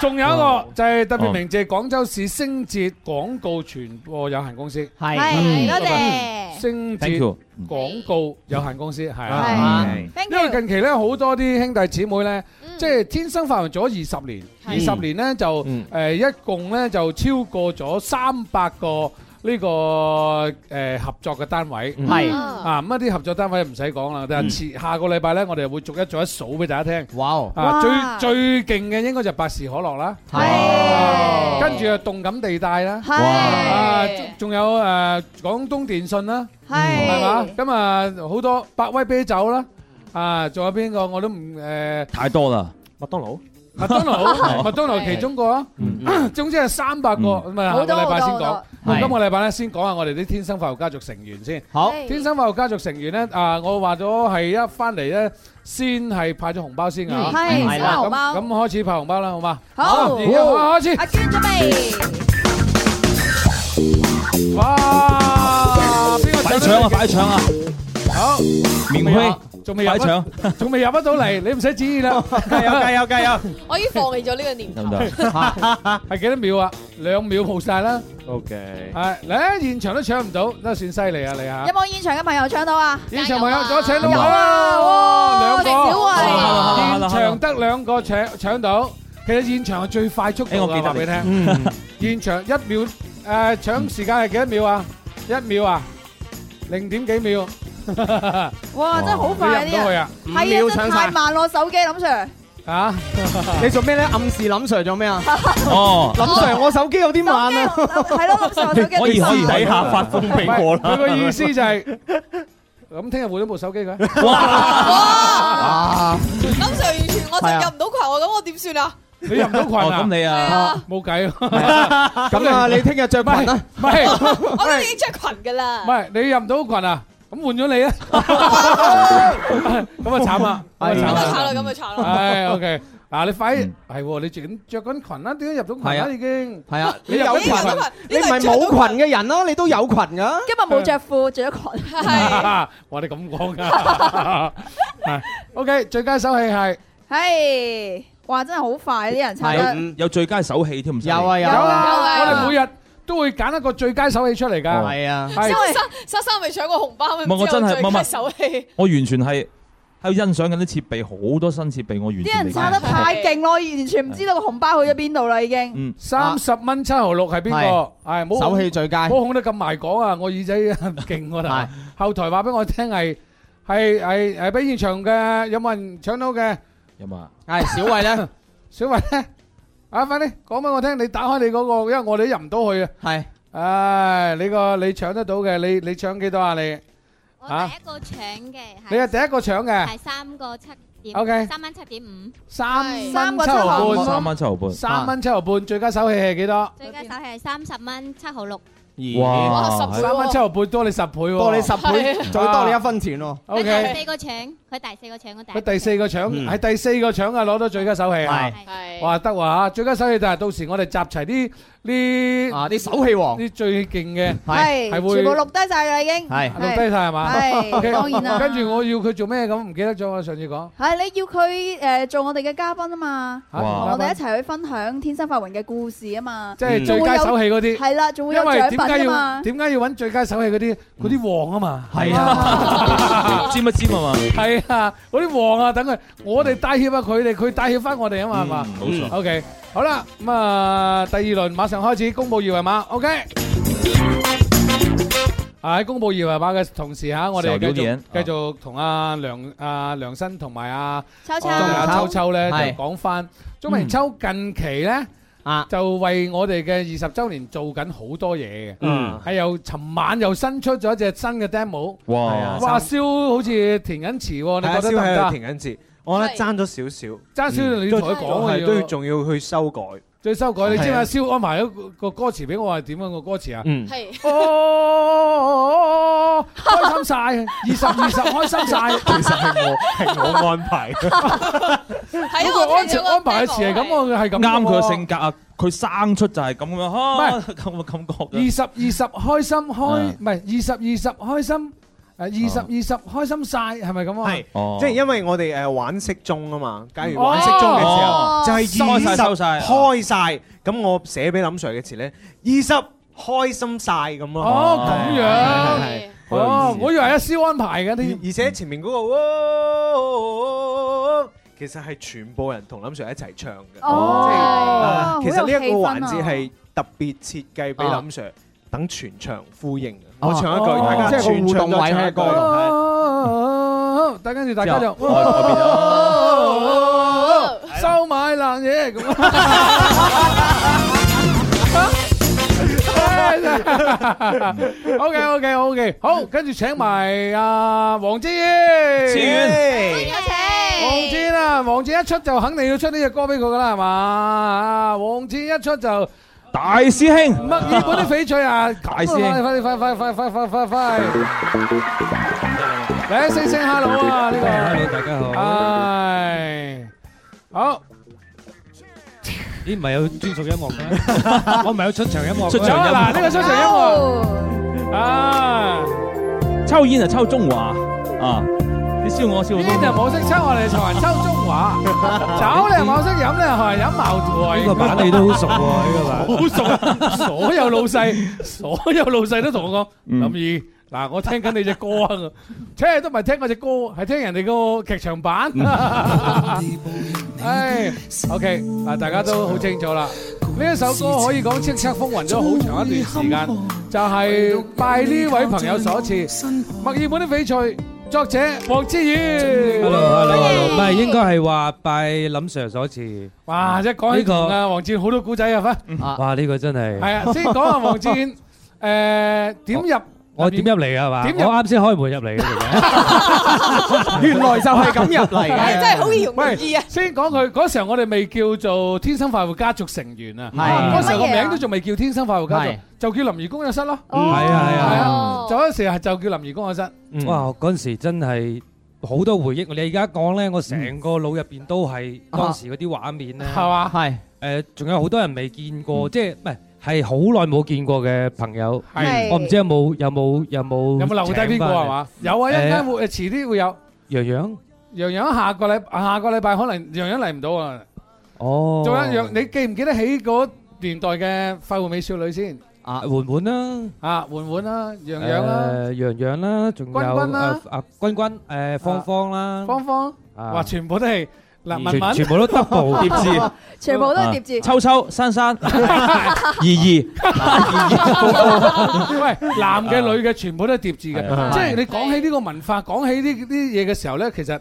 [SPEAKER 6] 仲有一個，
[SPEAKER 5] 哇。
[SPEAKER 6] 就係特別鳴謝廣州市星捷廣告傳播有限公司。
[SPEAKER 7] 係，多謝。
[SPEAKER 6] 星捷
[SPEAKER 13] Thank you。
[SPEAKER 6] 廣告有限公司，係。啊
[SPEAKER 13] 係。
[SPEAKER 7] Thank
[SPEAKER 6] 因為近期呢，好多啲兄弟姊妹呢，即係天生發明咗20年，
[SPEAKER 13] 係。
[SPEAKER 6] 20年呢，就，誒，一共呢，就超過咗300個呢個，誒，合作嘅單位。
[SPEAKER 15] 係。
[SPEAKER 6] 啊，咁一啲合作單位唔使講啦，但係遲-下個禮拜呢，我哋會逐一逐一數俾大家聽。啊，
[SPEAKER 15] 哇。
[SPEAKER 6] 最-最勁嘅應該就百事可樂啦。跟住啊，動感地帶啦。啊，仲-仲有，誒，廣東電信啦。係嘛？咁啊，好多百威啤酒啦。啊，仲有邊個我都唔-誒，
[SPEAKER 13] 太多啦，
[SPEAKER 14] 麥當勞。
[SPEAKER 6] 麥當勞，
[SPEAKER 13] 係。
[SPEAKER 6] 麥當勞其中個啊。 總之係300個，咁啊，
[SPEAKER 14] 好多，
[SPEAKER 6] 下個禮拜先講。
[SPEAKER 14] 好多，好
[SPEAKER 6] 咁
[SPEAKER 14] 多。係。
[SPEAKER 6] 今個禮拜呢，先講下我哋啲天生快活家族成員先。
[SPEAKER 15] 好。
[SPEAKER 6] 天生快活家族成員呢，啊，我話咗係一返嚟呢，先係派咗紅包先㗎。
[SPEAKER 15] 嗯，係，
[SPEAKER 6] 係啦，
[SPEAKER 15] 先派紅包。
[SPEAKER 6] 咁-咁開始派紅包啦，好嘛？
[SPEAKER 15] 好。
[SPEAKER 6] 好，而家開始。哇，邊
[SPEAKER 13] 快搶啊！
[SPEAKER 6] 個搶得嚟嘅？
[SPEAKER 13] 快搶啊！
[SPEAKER 6] 好，
[SPEAKER 13] 明
[SPEAKER 6] 仲未
[SPEAKER 13] 輝
[SPEAKER 6] 入啊仲未入
[SPEAKER 13] 快
[SPEAKER 6] 啊
[SPEAKER 13] 搶，
[SPEAKER 6] 仲未入得到嚟，你唔使指意啦。加
[SPEAKER 14] 油加油加油！
[SPEAKER 7] 我已經放棄咗呢個念頭。
[SPEAKER 6] 係幾多秒啊？兩秒冇晒啦。
[SPEAKER 14] O K，
[SPEAKER 6] 係嚟現場都搶唔到，都算犀利啊你啊
[SPEAKER 8] 有！冇現場嘅朋友搶到啊？
[SPEAKER 6] 現場朋友再搶到
[SPEAKER 8] 有啊
[SPEAKER 6] 哇，兩個
[SPEAKER 8] 哇小 慧
[SPEAKER 6] 哇現場 à. 得兩個搶搶到，其實現場係最快速度
[SPEAKER 13] 誒我記得
[SPEAKER 6] 嘅，話俾
[SPEAKER 13] 你
[SPEAKER 6] 你聽。現場一秒誒搶時間係幾多秒啊？一秒啊？零點幾秒？
[SPEAKER 8] 哇，真係好快
[SPEAKER 6] 你
[SPEAKER 8] 啲
[SPEAKER 6] 入唔到去啊
[SPEAKER 8] 人，係啊，真係太慢咯，手機林 Sir。
[SPEAKER 6] 啊！
[SPEAKER 11] 你做咩咧？暗示林 Sir 做咩啊？
[SPEAKER 13] 哦
[SPEAKER 11] 林 Sir，我手機有啲慢啊。係
[SPEAKER 8] 哦咯，林 Sir，
[SPEAKER 13] 可以可以底下發
[SPEAKER 6] 唔
[SPEAKER 13] 封俾
[SPEAKER 6] 係
[SPEAKER 13] 我啦。
[SPEAKER 6] 佢個意思就 係咁，聽日換咗部手機佢。
[SPEAKER 7] 哇！咁 Sir 完全我就入唔到群喎，咁我點算啊？
[SPEAKER 6] 你入唔到群啊？
[SPEAKER 13] 咁你
[SPEAKER 6] 啊，冇計。
[SPEAKER 11] 咁啊，你聽日着裙啦。
[SPEAKER 6] 唔係
[SPEAKER 7] 我都已經出群㗎啦
[SPEAKER 6] 唔。係，你入唔到群啊？咁換咗你啊！ 咁啊慘 啊！咁啊慘
[SPEAKER 7] 咁
[SPEAKER 6] 啊
[SPEAKER 7] 啊慘啦咁啊慘啦
[SPEAKER 6] 唉，OK，嗱你快
[SPEAKER 11] 嗯
[SPEAKER 6] 啲，係喎，你仲着緊裙啦，點解入到群
[SPEAKER 11] 係
[SPEAKER 6] 啦
[SPEAKER 11] 啊
[SPEAKER 6] 已經？
[SPEAKER 11] 係啊，
[SPEAKER 6] 你
[SPEAKER 11] 你
[SPEAKER 6] 入
[SPEAKER 11] 有
[SPEAKER 6] 咗
[SPEAKER 11] 裙
[SPEAKER 6] 群，
[SPEAKER 11] 你唔係冇裙嘅人咯，你都有裙噶。
[SPEAKER 8] 今日冇着褲，着咗裙。
[SPEAKER 6] 我哋咁講噶。 係 OK，最佳手氣係
[SPEAKER 8] 係，哇！真係好快啲人拆得。
[SPEAKER 13] 有有最佳手氣添，唔使
[SPEAKER 11] 有啊有
[SPEAKER 6] 啦，我哋每日都會揀一個最佳手氣出嚟㗎。
[SPEAKER 13] 哦係
[SPEAKER 6] 啊
[SPEAKER 7] 因為生生生未搶過紅包咩？啊
[SPEAKER 13] 唔係我
[SPEAKER 7] 之後
[SPEAKER 13] 真係
[SPEAKER 7] 最
[SPEAKER 13] 唔係唔係
[SPEAKER 7] 手氣。
[SPEAKER 13] 我完全係喺度欣賞緊啲設備，好多新設備，我完全
[SPEAKER 8] 啲人
[SPEAKER 13] 理解
[SPEAKER 8] 撐得太勁咯，完全唔知道個紅包去咗邊度啦，已經。
[SPEAKER 13] 嗯，
[SPEAKER 11] 啊
[SPEAKER 6] 三十蚊七毫六係邊
[SPEAKER 13] 係
[SPEAKER 6] 個？係冇
[SPEAKER 13] 手氣最
[SPEAKER 11] 佳
[SPEAKER 6] 冇控得咁埋講啊！ 我耳仔勁喎，嗱，後台話俾我聽係係係係俾現場嘅，有冇人搶到嘅？
[SPEAKER 13] 有冇啊？
[SPEAKER 6] 係小慧 咧，小慧咧，啊快啲講俾我聽，你打開你嗰個，因為我哋都入唔到去啊。
[SPEAKER 11] 係，
[SPEAKER 6] 唉，你個你搶得到嘅，你你搶幾多啊？你啊，
[SPEAKER 15] 個搶嘅
[SPEAKER 6] 你係第一個搶嘅
[SPEAKER 15] 係三個七點
[SPEAKER 6] OK
[SPEAKER 15] 三蚊七點五，
[SPEAKER 6] 三
[SPEAKER 15] 三個
[SPEAKER 6] 蚊
[SPEAKER 15] 七毫
[SPEAKER 6] 半，
[SPEAKER 15] 半三
[SPEAKER 13] 蚊七毫半
[SPEAKER 6] 三蚊七毫半，最佳手氣係幾多？
[SPEAKER 15] 最佳手氣係三十蚊七毫六。
[SPEAKER 6] 哇！
[SPEAKER 15] 哇，十倍喎。
[SPEAKER 6] 三蚊七毫半多你十倍喎，
[SPEAKER 11] 多你十 倍
[SPEAKER 6] 係啊
[SPEAKER 11] 仲要多你一分錢喎
[SPEAKER 15] 佢
[SPEAKER 6] O
[SPEAKER 15] 第
[SPEAKER 6] K，
[SPEAKER 15] 四個搶，佢第四個搶，我第一
[SPEAKER 6] 佢第四個
[SPEAKER 11] 嗯
[SPEAKER 6] 搶係第四個搶啊，攞到最佳手氣啊！
[SPEAKER 15] 係
[SPEAKER 6] 哇得喎嚇，最佳手氣但係到時我哋集齊啲呢
[SPEAKER 11] 啊啲手氣王，
[SPEAKER 6] 啲最勁嘅
[SPEAKER 8] 係，
[SPEAKER 6] 係會
[SPEAKER 8] 全部錄低晒啦已經。
[SPEAKER 6] 係錄低晒係嘛？
[SPEAKER 8] 係，
[SPEAKER 6] OK，
[SPEAKER 8] 當然啦。
[SPEAKER 6] 跟住我要佢做咩咁？唔記得咗我上次講。
[SPEAKER 8] 係你要佢誒做我哋嘅嘉賓啊嘛，
[SPEAKER 6] 嚇
[SPEAKER 8] 同我
[SPEAKER 6] 嘉賓
[SPEAKER 8] 哋一齊去分享天生發榮嘅故事啊嘛。
[SPEAKER 6] 即係最佳手氣嗰啲
[SPEAKER 8] 係啦，仲會有
[SPEAKER 6] 因為
[SPEAKER 8] 獎
[SPEAKER 6] 點解
[SPEAKER 8] 品啊
[SPEAKER 6] 要
[SPEAKER 8] 嘛。
[SPEAKER 6] 點解要揾最佳手氣嗰啲嗰啲旺啊嘛？
[SPEAKER 13] 係啊，尖一尖啊嘛，
[SPEAKER 6] 係啊，嗰啲旺啊，等佢我哋帶協啊佢哋，佢帶協翻我哋啊嘛，係嘛？
[SPEAKER 13] 冇錯
[SPEAKER 6] OK，好啦，咁啊，第二輪馬上開始公佈二維碼。OK。啊！喺公佈二維碼嘅同時嚇，我哋
[SPEAKER 13] 小
[SPEAKER 6] 繼
[SPEAKER 13] 榴
[SPEAKER 6] 續
[SPEAKER 13] 蓮
[SPEAKER 6] 繼續同阿梁阿梁生同埋阿
[SPEAKER 8] 秋秋
[SPEAKER 6] 仲有阿秋秋咧，就
[SPEAKER 11] 係
[SPEAKER 6] 講翻鍾明秋近期咧。就為我哋嘅二十週年做緊好多嘢嘅，
[SPEAKER 13] 嗯
[SPEAKER 6] 係又尋晚又新出咗一隻新嘅 demo，
[SPEAKER 13] 哇
[SPEAKER 6] 哇燒好似填緊詞喎，你覺得得唔得啊？
[SPEAKER 14] 係啊，蕭喺度填緊字，我覺得爭咗少少。
[SPEAKER 6] 爭少少，
[SPEAKER 14] 嗯，
[SPEAKER 6] 你要同佢講啊，
[SPEAKER 14] 係，
[SPEAKER 6] 要。
[SPEAKER 14] 都要仲要去修改。
[SPEAKER 6] 最修改，你知唔知
[SPEAKER 14] 係啊。
[SPEAKER 6] 阿蕭安排咗個歌詞俾我係點樣個歌詞啊？
[SPEAKER 14] 嗯
[SPEAKER 6] 係哦，開心晒，二十二十開心晒。
[SPEAKER 14] 其實係我- 係我安排。
[SPEAKER 7] 啊
[SPEAKER 6] 嗰個安全 安排嘅詞係咁，我係咁。
[SPEAKER 13] 啱佢嘅性。格啊，佢生出就係咁樣，
[SPEAKER 6] 唔
[SPEAKER 13] 啊
[SPEAKER 6] 係
[SPEAKER 13] 咁嘅感覺
[SPEAKER 6] 二
[SPEAKER 13] 嘅。
[SPEAKER 6] 十二十開心開，
[SPEAKER 13] 啊
[SPEAKER 6] 唔係二十二十開心，誒二十二十開心晒，係咪咁啊？係
[SPEAKER 13] 哦。
[SPEAKER 14] 即係因為我哋，誒，玩骰盅啊嘛，假如玩骰盅嘅時候，
[SPEAKER 6] 哦。
[SPEAKER 14] 就係
[SPEAKER 6] 收晒，
[SPEAKER 14] 20
[SPEAKER 6] 收晒。
[SPEAKER 14] 開晒，咁我寫俾林sir嘅詞呢，20開心晒咁咯。
[SPEAKER 6] 哦，咁樣
[SPEAKER 14] 係，係，係，係，。
[SPEAKER 6] 哦，我以為阿蕭安排嘅
[SPEAKER 14] 而
[SPEAKER 6] 啲。
[SPEAKER 14] 而且前面嗰、個喔其實係全部人同林 Sir 一齊唱嘅。
[SPEAKER 6] 哦
[SPEAKER 14] 即
[SPEAKER 6] 好
[SPEAKER 14] 係其實
[SPEAKER 6] 有
[SPEAKER 14] 呢一個
[SPEAKER 6] 氣
[SPEAKER 14] 環
[SPEAKER 6] 氛啊
[SPEAKER 14] 節係特別設計俾
[SPEAKER 6] 啊
[SPEAKER 14] 林 Sir 等全場呼應嘅。
[SPEAKER 11] 哦
[SPEAKER 14] 我唱一
[SPEAKER 11] 哦
[SPEAKER 14] 句，大
[SPEAKER 11] 即係個
[SPEAKER 14] 家全場
[SPEAKER 11] 互動
[SPEAKER 14] 都
[SPEAKER 11] 位
[SPEAKER 14] 唱
[SPEAKER 11] 喺
[SPEAKER 14] 一句
[SPEAKER 11] 個度
[SPEAKER 14] 係
[SPEAKER 6] 哦，但跟住大家就
[SPEAKER 14] 之後外外邊就
[SPEAKER 6] 哦收買爛嘢咁啊。O K O K O K，好，跟住請埋阿黃之
[SPEAKER 13] 燕，
[SPEAKER 6] 黃之啦，黃之一出就肯定要出呢只歌俾佢噶啦，係嘛？啊黃之一出就
[SPEAKER 13] 大師兄，
[SPEAKER 6] 墨爾本啲翡翠啊，
[SPEAKER 13] 大師兄
[SPEAKER 6] 快啲快啲快啲快啲快啲快啲快啲！嚟四聲 hello 啊！呢個
[SPEAKER 16] Hello，大家好
[SPEAKER 6] 係好，
[SPEAKER 16] 咦，唔係有專屬音 樂咩？我唔係有出場音樂咩。
[SPEAKER 6] 出場音樂嗱呢個出場音
[SPEAKER 8] 樂
[SPEAKER 6] 啊，
[SPEAKER 13] 抽煙啊，抽中華啊，你燒我燒我。
[SPEAKER 6] 呢就冇識抽，我哋就人抽中華，酒你又冇識飲，你又係飲茅台。
[SPEAKER 16] 呢個版你都好熟喎， 呢個版。
[SPEAKER 6] 好熟，所有老細，所有老細都同我講，林怡，嗱，我聽緊你只歌啊， 聽都唔係聽我只歌，係聽人哋個劇場版。唉，OK，嗱，à, 大家都好清楚啦。呢一首歌可以講叱咤風雲咗好長一段時間，就係拜呢位朋友所賜，墨爾本的翡翠，作者黃之宇。
[SPEAKER 16] Hello，hello，hello，唔係應該係話拜林 Sir 所賜。
[SPEAKER 6] 哇！即係講起
[SPEAKER 16] 呢個
[SPEAKER 6] 同啊黃志遠好多古仔啊，翻。
[SPEAKER 16] 哇，呢個真係。
[SPEAKER 6] 係啊，先講下黃志遠，誒點入？
[SPEAKER 16] 我點入嚟啊？係
[SPEAKER 6] 點
[SPEAKER 16] 嘛？
[SPEAKER 6] 入
[SPEAKER 16] 我啱先開門入嚟嘅嚟 嘅。
[SPEAKER 6] 原來就係咁入嚟
[SPEAKER 16] 嘅
[SPEAKER 6] 係容易啊！先講佢嗰時候，我哋未叫做天生快活家族成員啊，
[SPEAKER 16] 係
[SPEAKER 6] 嗰時候個名都仲未叫天生快活家族
[SPEAKER 16] 係，
[SPEAKER 6] 就叫林怡工作室咯。
[SPEAKER 16] 嗯係啊係啊
[SPEAKER 6] 係啊，就嗰時係就叫林怡工作室。
[SPEAKER 16] 哇！嗰陣時真係好多回憶。你而家講咧，我成個腦入邊都係當時嗰啲畫面咧，
[SPEAKER 6] 係嘛？
[SPEAKER 11] 係
[SPEAKER 16] 誒，仲有好多人未見
[SPEAKER 13] 嗯
[SPEAKER 16] 過，即係唔係係好耐冇見過嘅朋友。
[SPEAKER 6] 係
[SPEAKER 16] 我唔知有冇有冇有冇
[SPEAKER 6] 有冇留低邊個係嘛？有啊，一陣間會誒遲啲會有。
[SPEAKER 16] 洋洋
[SPEAKER 6] 洋洋下個禮下個禮拜可能洋洋嚟唔到啊。
[SPEAKER 16] 哦，
[SPEAKER 6] 仲有洋，你記唔記得起嗰年代嘅快活美少女先？
[SPEAKER 16] 啊，緩緩啦，
[SPEAKER 6] 啊，緩緩啦，樣樣啦，
[SPEAKER 16] 誒，洋洋啦，仲有
[SPEAKER 6] 君君啦
[SPEAKER 16] 啊啊君君，誒芳芳啦，
[SPEAKER 6] 芳芳，
[SPEAKER 16] 啊
[SPEAKER 6] 哇，全部都係嗱，
[SPEAKER 16] 全
[SPEAKER 6] 文文
[SPEAKER 16] 全部 都 double 疊字
[SPEAKER 8] 全部都係疊字。
[SPEAKER 13] 啊秋秋、珊珊、
[SPEAKER 6] 喂，男嘅女嘅全部都係疊字
[SPEAKER 13] 係啊
[SPEAKER 6] 嘅，即係你講起呢個文化，講起呢啲嘢嘅時候咧，其實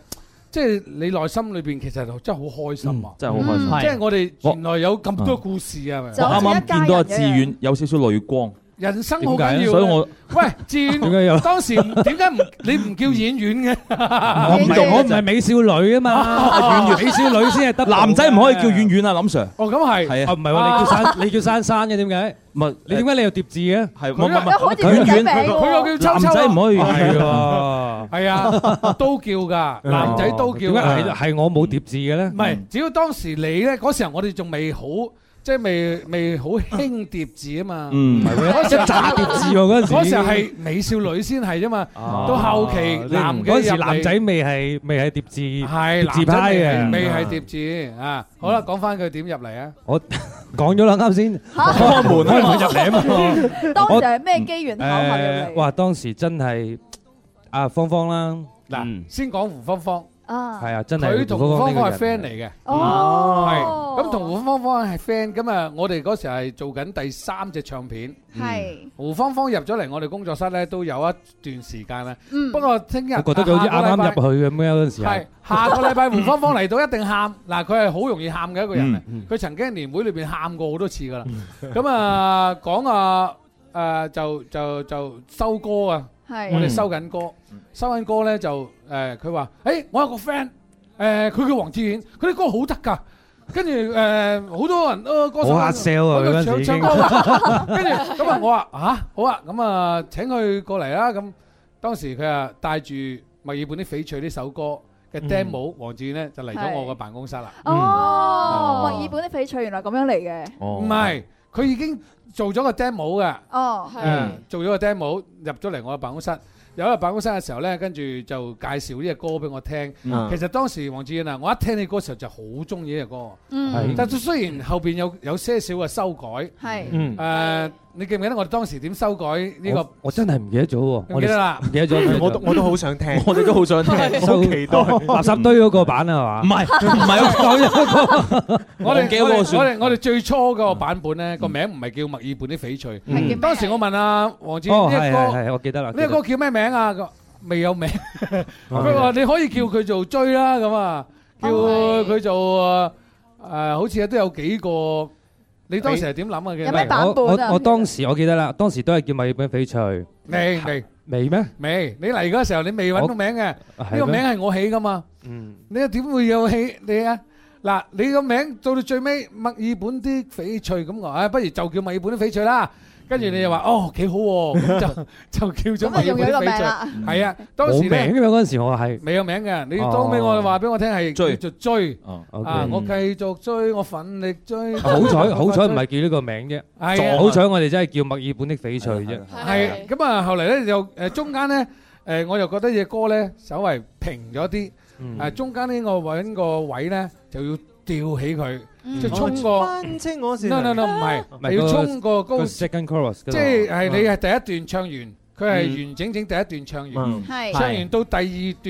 [SPEAKER 6] 即係你內心裏邊其實真係好開心啊！
[SPEAKER 13] 真係好開心
[SPEAKER 6] 嗯
[SPEAKER 13] 係
[SPEAKER 6] 即係我哋原來有咁多故事啊！係咪
[SPEAKER 13] 我啱啱見到阿志遠有少少淚光，
[SPEAKER 6] 人生好緊
[SPEAKER 13] 點解
[SPEAKER 6] 要，
[SPEAKER 13] 所以我
[SPEAKER 6] 喂志遠，
[SPEAKER 13] 點解有
[SPEAKER 6] 當時唔點解唔你唔叫 演員嘅？啊
[SPEAKER 16] 我唔係我唔係美少女啊
[SPEAKER 6] 哦
[SPEAKER 16] 嘛，美少女先係 double
[SPEAKER 13] 男仔唔可以叫遠遠啊，林 Sir。
[SPEAKER 6] 哦，咁係，
[SPEAKER 13] 係啊，
[SPEAKER 16] 唔係喎，你叫珊，你叫珊珊嘅點解？
[SPEAKER 13] 唔係
[SPEAKER 16] 你點解你又疊字嘅？
[SPEAKER 13] 係
[SPEAKER 6] 唔係唔係好似
[SPEAKER 13] 遠遠
[SPEAKER 6] 佢佢又叫秋秋啊男仔唔可以
[SPEAKER 16] 係
[SPEAKER 13] 喎
[SPEAKER 6] 係啊，都叫㗎，男仔都叫
[SPEAKER 16] 哦點解係
[SPEAKER 6] 㗎。
[SPEAKER 16] 係我冇疊字嘅咧？唔
[SPEAKER 6] 唔係，只要當時你咧，嗰時候我哋仲未好，即係未未好興疊字啊嘛。
[SPEAKER 16] 嗯唔係喎
[SPEAKER 6] 嗰時候
[SPEAKER 16] 一紮疊字喎嗰陣時
[SPEAKER 6] 嗰時候係美少女先係啫嘛。到後期男嘅
[SPEAKER 16] 啊嗰時
[SPEAKER 6] 入嚟
[SPEAKER 16] 男仔未係未係疊字，
[SPEAKER 6] 係
[SPEAKER 16] 疊
[SPEAKER 6] 男
[SPEAKER 16] 字
[SPEAKER 6] 仔
[SPEAKER 16] 派
[SPEAKER 6] 未係
[SPEAKER 16] 嘅，
[SPEAKER 6] 未係疊字啊。好啦，講翻佢點入嚟啊？
[SPEAKER 16] 我 講咗啦，啱先
[SPEAKER 6] 開門
[SPEAKER 16] 開門入嚟啊嘛。
[SPEAKER 8] 當時
[SPEAKER 16] 我
[SPEAKER 8] 係咩機
[SPEAKER 6] Ờ.
[SPEAKER 8] 緣巧合入
[SPEAKER 16] 誒，
[SPEAKER 8] 嚟？
[SPEAKER 16] 哇！當時真係啊，芳芳啦，
[SPEAKER 6] 嗱，先講胡芳芳。
[SPEAKER 8] 啊，
[SPEAKER 16] 係啊，真係
[SPEAKER 6] 佢同胡芳芳係
[SPEAKER 16] 呢個
[SPEAKER 6] friend
[SPEAKER 16] 人啊
[SPEAKER 6] 嚟嘅，
[SPEAKER 8] 哦
[SPEAKER 6] 係咁同胡芳芳係 friend，咁啊，我哋嗰時係做緊第三隻唱片，
[SPEAKER 8] 係
[SPEAKER 6] 胡芳芳入咗嚟我哋工作室咧都有一段時間啦，
[SPEAKER 8] 嗯
[SPEAKER 6] 不過聽日
[SPEAKER 16] 我覺得佢好似
[SPEAKER 6] 下個禮拜
[SPEAKER 16] 啱啱入去咁樣嗰陣時
[SPEAKER 6] 係下個禮拜胡芳芳嚟到一定喊，嗱佢係好容易喊嘅一個人嚟
[SPEAKER 16] 嗯，
[SPEAKER 6] 佢曾經喺年會裏邊喊過好多次噶啦。咁啊講啊誒就就就收歌啊，
[SPEAKER 1] 係
[SPEAKER 6] 我哋收緊歌，收緊歌咧就誒佢話誒我有個 friend 誒佢叫黃志遠，佢啲歌好得㗎。跟住誒好多人都歌手
[SPEAKER 16] 好 hard sell 啊
[SPEAKER 6] 揾佢
[SPEAKER 16] 嗰陣時已
[SPEAKER 6] 唱唱
[SPEAKER 16] 經
[SPEAKER 6] 歌啊跟住咁啊我話嚇好啊，咁啊請佢過嚟啦咁。當時佢啊帶住墨爾本啲翡翠呢首歌嘅
[SPEAKER 1] 嗯
[SPEAKER 6] demo，黃志遠咧就嚟咗我嘅辦公室啦。Ờ.
[SPEAKER 8] 哦，墨爾本啲翡翠原來咁樣嚟嘅。
[SPEAKER 1] 哦
[SPEAKER 6] 唔係，佢已經做咗個 demo 嘅，
[SPEAKER 8] 哦，
[SPEAKER 6] 誒做咗個 demo 入咗嚟我嘅辦公室。有入辦公室嘅時候咧，跟住就介紹呢只歌俾我聽。
[SPEAKER 1] 嗯
[SPEAKER 6] 其實當時黃志遠啊，我一聽你歌嘅時候就好中意呢只歌。
[SPEAKER 1] 嗯係
[SPEAKER 6] 但係雖然後邊有有些少嘅修改，
[SPEAKER 8] 係
[SPEAKER 16] 嗯
[SPEAKER 6] 誒，你記唔記得我哋當時點修改呢個
[SPEAKER 16] 我我真係唔記得咗喎，
[SPEAKER 6] 唔記得啦
[SPEAKER 16] 我哋唔 記得咗，
[SPEAKER 14] 我都我都好想聽
[SPEAKER 16] 我哋都好想
[SPEAKER 14] 聽好期待
[SPEAKER 16] 垃圾堆嗰個版啊係嘛？
[SPEAKER 13] 唔係唔 係
[SPEAKER 6] 我哋我哋
[SPEAKER 16] 忘記咗嗰個
[SPEAKER 6] 我哋
[SPEAKER 16] 算
[SPEAKER 6] 我哋最初嗰個版本咧，個名唔係叫墨爾本啲翡翠。
[SPEAKER 16] 嗯
[SPEAKER 6] 當時我問阿黃志
[SPEAKER 16] 哦
[SPEAKER 6] 呢
[SPEAKER 16] 係
[SPEAKER 6] 一
[SPEAKER 16] 係係，
[SPEAKER 6] 歌
[SPEAKER 16] 我記得啦，
[SPEAKER 6] 呢一
[SPEAKER 16] 記得
[SPEAKER 6] 歌叫咩名啊？佢話未 有名，佢話你可以叫佢做追啦咁啊，叫佢做誒好似都有幾個。你當時係點諗啊？
[SPEAKER 16] 唔係我我我當時我記得啦，當時都係叫墨爾本翡翠，
[SPEAKER 6] 未未
[SPEAKER 16] 未咩？
[SPEAKER 6] 未，你嚟嗰時候你未揾到名嘅，呢個
[SPEAKER 16] 係咩
[SPEAKER 6] 名係我起噶嘛。
[SPEAKER 16] 嗯，
[SPEAKER 6] 你又點會有起你啊？嗱，你個名到到最尾墨爾本啲翡翠咁我，唉，不如就叫墨爾本啲翡翠啦。跟住你又話哦幾好喎，咁就就
[SPEAKER 7] 啊
[SPEAKER 6] 叫咗墨爾本啲翡翠。係啊，當時
[SPEAKER 16] 冇
[SPEAKER 6] 咧
[SPEAKER 16] 名嘅嘛嗰陣時我係
[SPEAKER 6] 未有名嘅，你當俾我話俾我聽係
[SPEAKER 16] 追
[SPEAKER 6] 叫做追
[SPEAKER 16] ，OK 啊
[SPEAKER 6] 啊，我繼續追，我奮力追。
[SPEAKER 16] 好彩 好彩唔係叫呢個名啫，
[SPEAKER 6] 係啊
[SPEAKER 16] 好彩我哋真係叫墨爾本的翡翠啫，
[SPEAKER 6] 係咁啊！後嚟咧又誒中間咧誒，我又覺得只歌咧稍微平咗啲，
[SPEAKER 16] Ừ.
[SPEAKER 6] 誒中間呢我揾個位咧就要吊起佢，即係衝過。
[SPEAKER 14] 分清我是
[SPEAKER 6] no no no 唔
[SPEAKER 16] 唔
[SPEAKER 6] 係，
[SPEAKER 16] 係
[SPEAKER 6] 你要
[SPEAKER 16] 嗰個
[SPEAKER 6] 衝過
[SPEAKER 16] 個
[SPEAKER 6] 高，即
[SPEAKER 16] second chorus Vâng. 嗰度
[SPEAKER 6] 係係你係第一段唱完，佢
[SPEAKER 16] Ừ.
[SPEAKER 6] 係完整整第一段唱
[SPEAKER 16] 嗯
[SPEAKER 6] 完，
[SPEAKER 16] 係
[SPEAKER 6] 唱完到第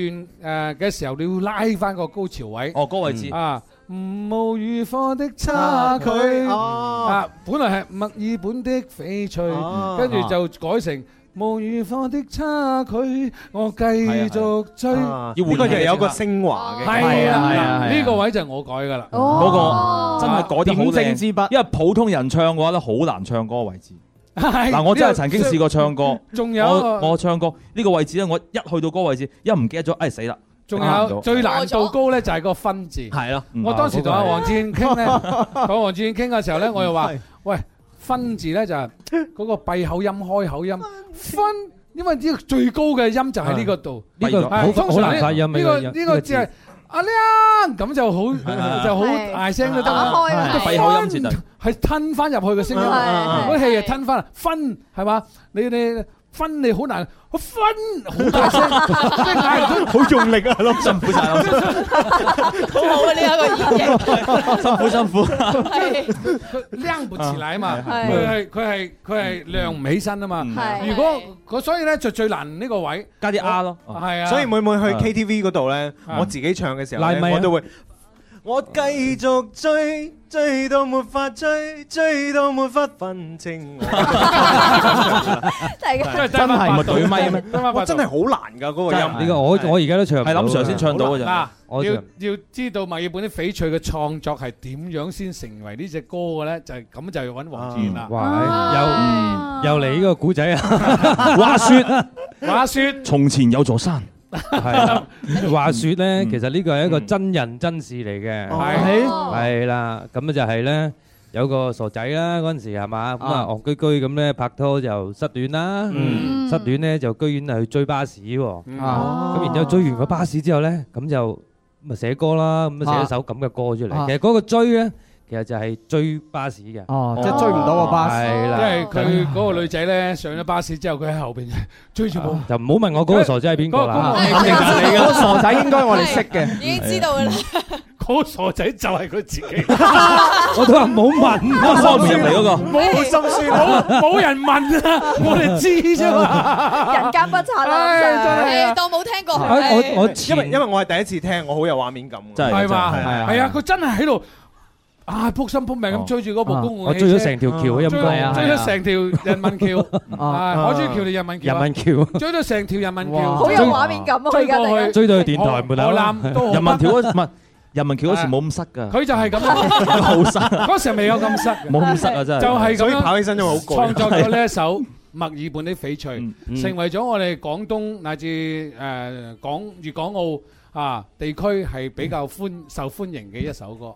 [SPEAKER 6] 二段誒嘅時候，你要拉翻個高潮位。
[SPEAKER 13] 哦嗰個位置
[SPEAKER 6] 啊。無與火的差距
[SPEAKER 1] 哦
[SPEAKER 6] 啊！本來係墨爾本的翡翠
[SPEAKER 1] 哦，
[SPEAKER 6] 跟
[SPEAKER 14] 啊
[SPEAKER 6] 住就改成無與火的差距，我繼續追。
[SPEAKER 14] 啊呢個就有個升華嘅感覺，
[SPEAKER 6] 係啊係啊，
[SPEAKER 13] 係啊
[SPEAKER 6] 呢個位就我改㗎啦。
[SPEAKER 9] 哦
[SPEAKER 13] 嗰個真係改得好靚
[SPEAKER 6] 點睛之
[SPEAKER 13] 因為普通人唱嘅話咧，好難唱嗰個位置。
[SPEAKER 6] 係嗯
[SPEAKER 13] 嗱，我真係曾經試過唱歌，
[SPEAKER 6] 仲有一啊個
[SPEAKER 13] 我我唱歌呢個位置咧，我一去到嗰個位置，一唔記得咗，哎死啦！
[SPEAKER 6] 仲有最難度高咧就係個分字。
[SPEAKER 13] 係咯嗯
[SPEAKER 6] 我當時同阿
[SPEAKER 13] 啊嗰個係
[SPEAKER 6] 黃志遠傾咧， 同黃志遠傾嘅時候咧，我又話：喂，分字咧就係嗰個閉口音、開口音，分。因為呢個最高嘅音就喺呢個度，
[SPEAKER 16] 呢個
[SPEAKER 6] 係
[SPEAKER 16] 好
[SPEAKER 6] 通常
[SPEAKER 16] 好
[SPEAKER 6] 呢
[SPEAKER 16] 難發音啊
[SPEAKER 6] 呢
[SPEAKER 16] 呢
[SPEAKER 6] 個
[SPEAKER 16] 個
[SPEAKER 6] 呢
[SPEAKER 16] 呢個
[SPEAKER 6] 個
[SPEAKER 16] 字
[SPEAKER 6] 只係阿靚咁 就好
[SPEAKER 16] 啊
[SPEAKER 6] 就好大聲都得啦
[SPEAKER 16] 打開啦
[SPEAKER 6] 個
[SPEAKER 16] 係閉口音
[SPEAKER 9] 啊
[SPEAKER 16] 先得
[SPEAKER 6] 分係吞翻入去嘅聲音，
[SPEAKER 16] 係係
[SPEAKER 6] 嗰啲氣係吞翻，分係嘛？你你分你好難，我分好大聲， 即係嗌人
[SPEAKER 16] 好用力啊，諗辛苦晒，
[SPEAKER 6] 好
[SPEAKER 7] 啊 呢一個 演繹
[SPEAKER 16] 辛苦辛苦。
[SPEAKER 6] 拎唔起來嘛，
[SPEAKER 16] 係
[SPEAKER 6] 佢係佢係佢係亮唔起身啊嘛。
[SPEAKER 16] 係
[SPEAKER 6] 如果佢所以咧就最難呢個位
[SPEAKER 16] 加啲 R 咯，
[SPEAKER 6] 係啊。
[SPEAKER 14] 所以每每去
[SPEAKER 6] 啊
[SPEAKER 14] KTV 嗰度咧，我自己唱嘅時候
[SPEAKER 16] 拉咪
[SPEAKER 14] 咧，
[SPEAKER 16] 啊
[SPEAKER 14] 我都會。
[SPEAKER 17] 我繼續追，追到沒法追，追到沒法分清我。
[SPEAKER 16] 真係唔係懟咪咩？
[SPEAKER 14] 哇真係好難㗎嗰個
[SPEAKER 16] 真
[SPEAKER 14] 音
[SPEAKER 16] 係。呢個我我而家都唱唔到
[SPEAKER 6] 係
[SPEAKER 16] 啊
[SPEAKER 6] 林 Sir
[SPEAKER 9] 先唱到嘅咋
[SPEAKER 6] 嗱，
[SPEAKER 16] 我
[SPEAKER 6] 要
[SPEAKER 16] 唱
[SPEAKER 6] 要知道墨爾本啲翡翠嘅創作係點樣先成為呢只歌嘅咧，就係咁就要揾黃志遠
[SPEAKER 16] 嗯
[SPEAKER 6] 啦。
[SPEAKER 7] 啊
[SPEAKER 16] 哇！哎又又嚟呢個 古仔啊！
[SPEAKER 9] 話說
[SPEAKER 6] 話說
[SPEAKER 9] 從前有座山，
[SPEAKER 16] 係 話説咧，其實呢個係一個真人真事嚟嘅，
[SPEAKER 9] 係
[SPEAKER 16] 係啦，咁就係咧有個傻仔啦，嗰陣時係嘛，咁啊
[SPEAKER 9] 啊
[SPEAKER 16] 戇居居咁咧拍拖就失戀啦，
[SPEAKER 9] 嗯
[SPEAKER 16] 失戀咧就居然係去追巴士喎，
[SPEAKER 9] 啊
[SPEAKER 16] 咁然之後追完個巴士之後咧，咁就咁啊寫歌啦，咁啊寫一首咁嘅歌出嚟，
[SPEAKER 9] 啊
[SPEAKER 16] 其實嗰個追咧。其實就係追巴士嘅，
[SPEAKER 11] 哦即係追唔到個巴士
[SPEAKER 16] 係啦，
[SPEAKER 6] 因為哦佢嗰個女仔咧上咗巴士之後，佢喺後邊追住我。
[SPEAKER 16] 就唔好問我嗰個傻仔係邊個啦，
[SPEAKER 6] 嗰個
[SPEAKER 16] 肯定就係你㗎
[SPEAKER 6] 嗰個傻仔應該我哋識嘅
[SPEAKER 7] 已經知道㗎啦。
[SPEAKER 6] 嗰個傻仔就係佢自 己。
[SPEAKER 16] 我都話 唔好問，
[SPEAKER 9] 我收唔入嚟嗰個
[SPEAKER 6] 冇好心酸，冇冇人問啊，我哋知啫 嘛。
[SPEAKER 8] 人間不察啦，
[SPEAKER 6] 唉真係啊
[SPEAKER 7] 誒當冇聽過。
[SPEAKER 14] 我
[SPEAKER 16] 我
[SPEAKER 14] 因為因為我係第一次聽，我好有畫面感㗎。
[SPEAKER 16] 真係
[SPEAKER 6] 係嘛？
[SPEAKER 16] 真係係啊
[SPEAKER 6] 係啊，佢真係喺度。啊！撲心撲命咁追住嗰部公共
[SPEAKER 16] 我
[SPEAKER 6] 汽
[SPEAKER 16] 追咗
[SPEAKER 6] 車
[SPEAKER 16] 成條橋陰
[SPEAKER 6] 追
[SPEAKER 16] 公啊
[SPEAKER 6] 追
[SPEAKER 16] 係啊
[SPEAKER 6] 咗成條人民 橋，啊！海珠橋定人民橋啊？
[SPEAKER 16] 人民橋
[SPEAKER 6] 追咗成條人民橋，
[SPEAKER 9] 哇好有畫
[SPEAKER 8] 面感啊
[SPEAKER 6] 追過
[SPEAKER 8] 佢而家突然
[SPEAKER 6] 去，
[SPEAKER 8] 間
[SPEAKER 9] 追到去電台門口
[SPEAKER 6] 河南都好
[SPEAKER 9] 人民橋嗰唔係人民橋嗰時冇咁塞㗎，
[SPEAKER 6] 佢就係咁啊
[SPEAKER 9] 好塞，
[SPEAKER 6] 嗰時未有咁塞嘅，
[SPEAKER 9] 冇咁塞啊真係
[SPEAKER 6] 就係咁樣
[SPEAKER 9] 所以跑起身因為好攰
[SPEAKER 6] 創作咗呢一 首墨爾本的翡翠，
[SPEAKER 9] 嗯
[SPEAKER 6] 成為咗我哋廣東乃至誒港粵港澳啊地區係比較歡受歡迎嘅一首歌。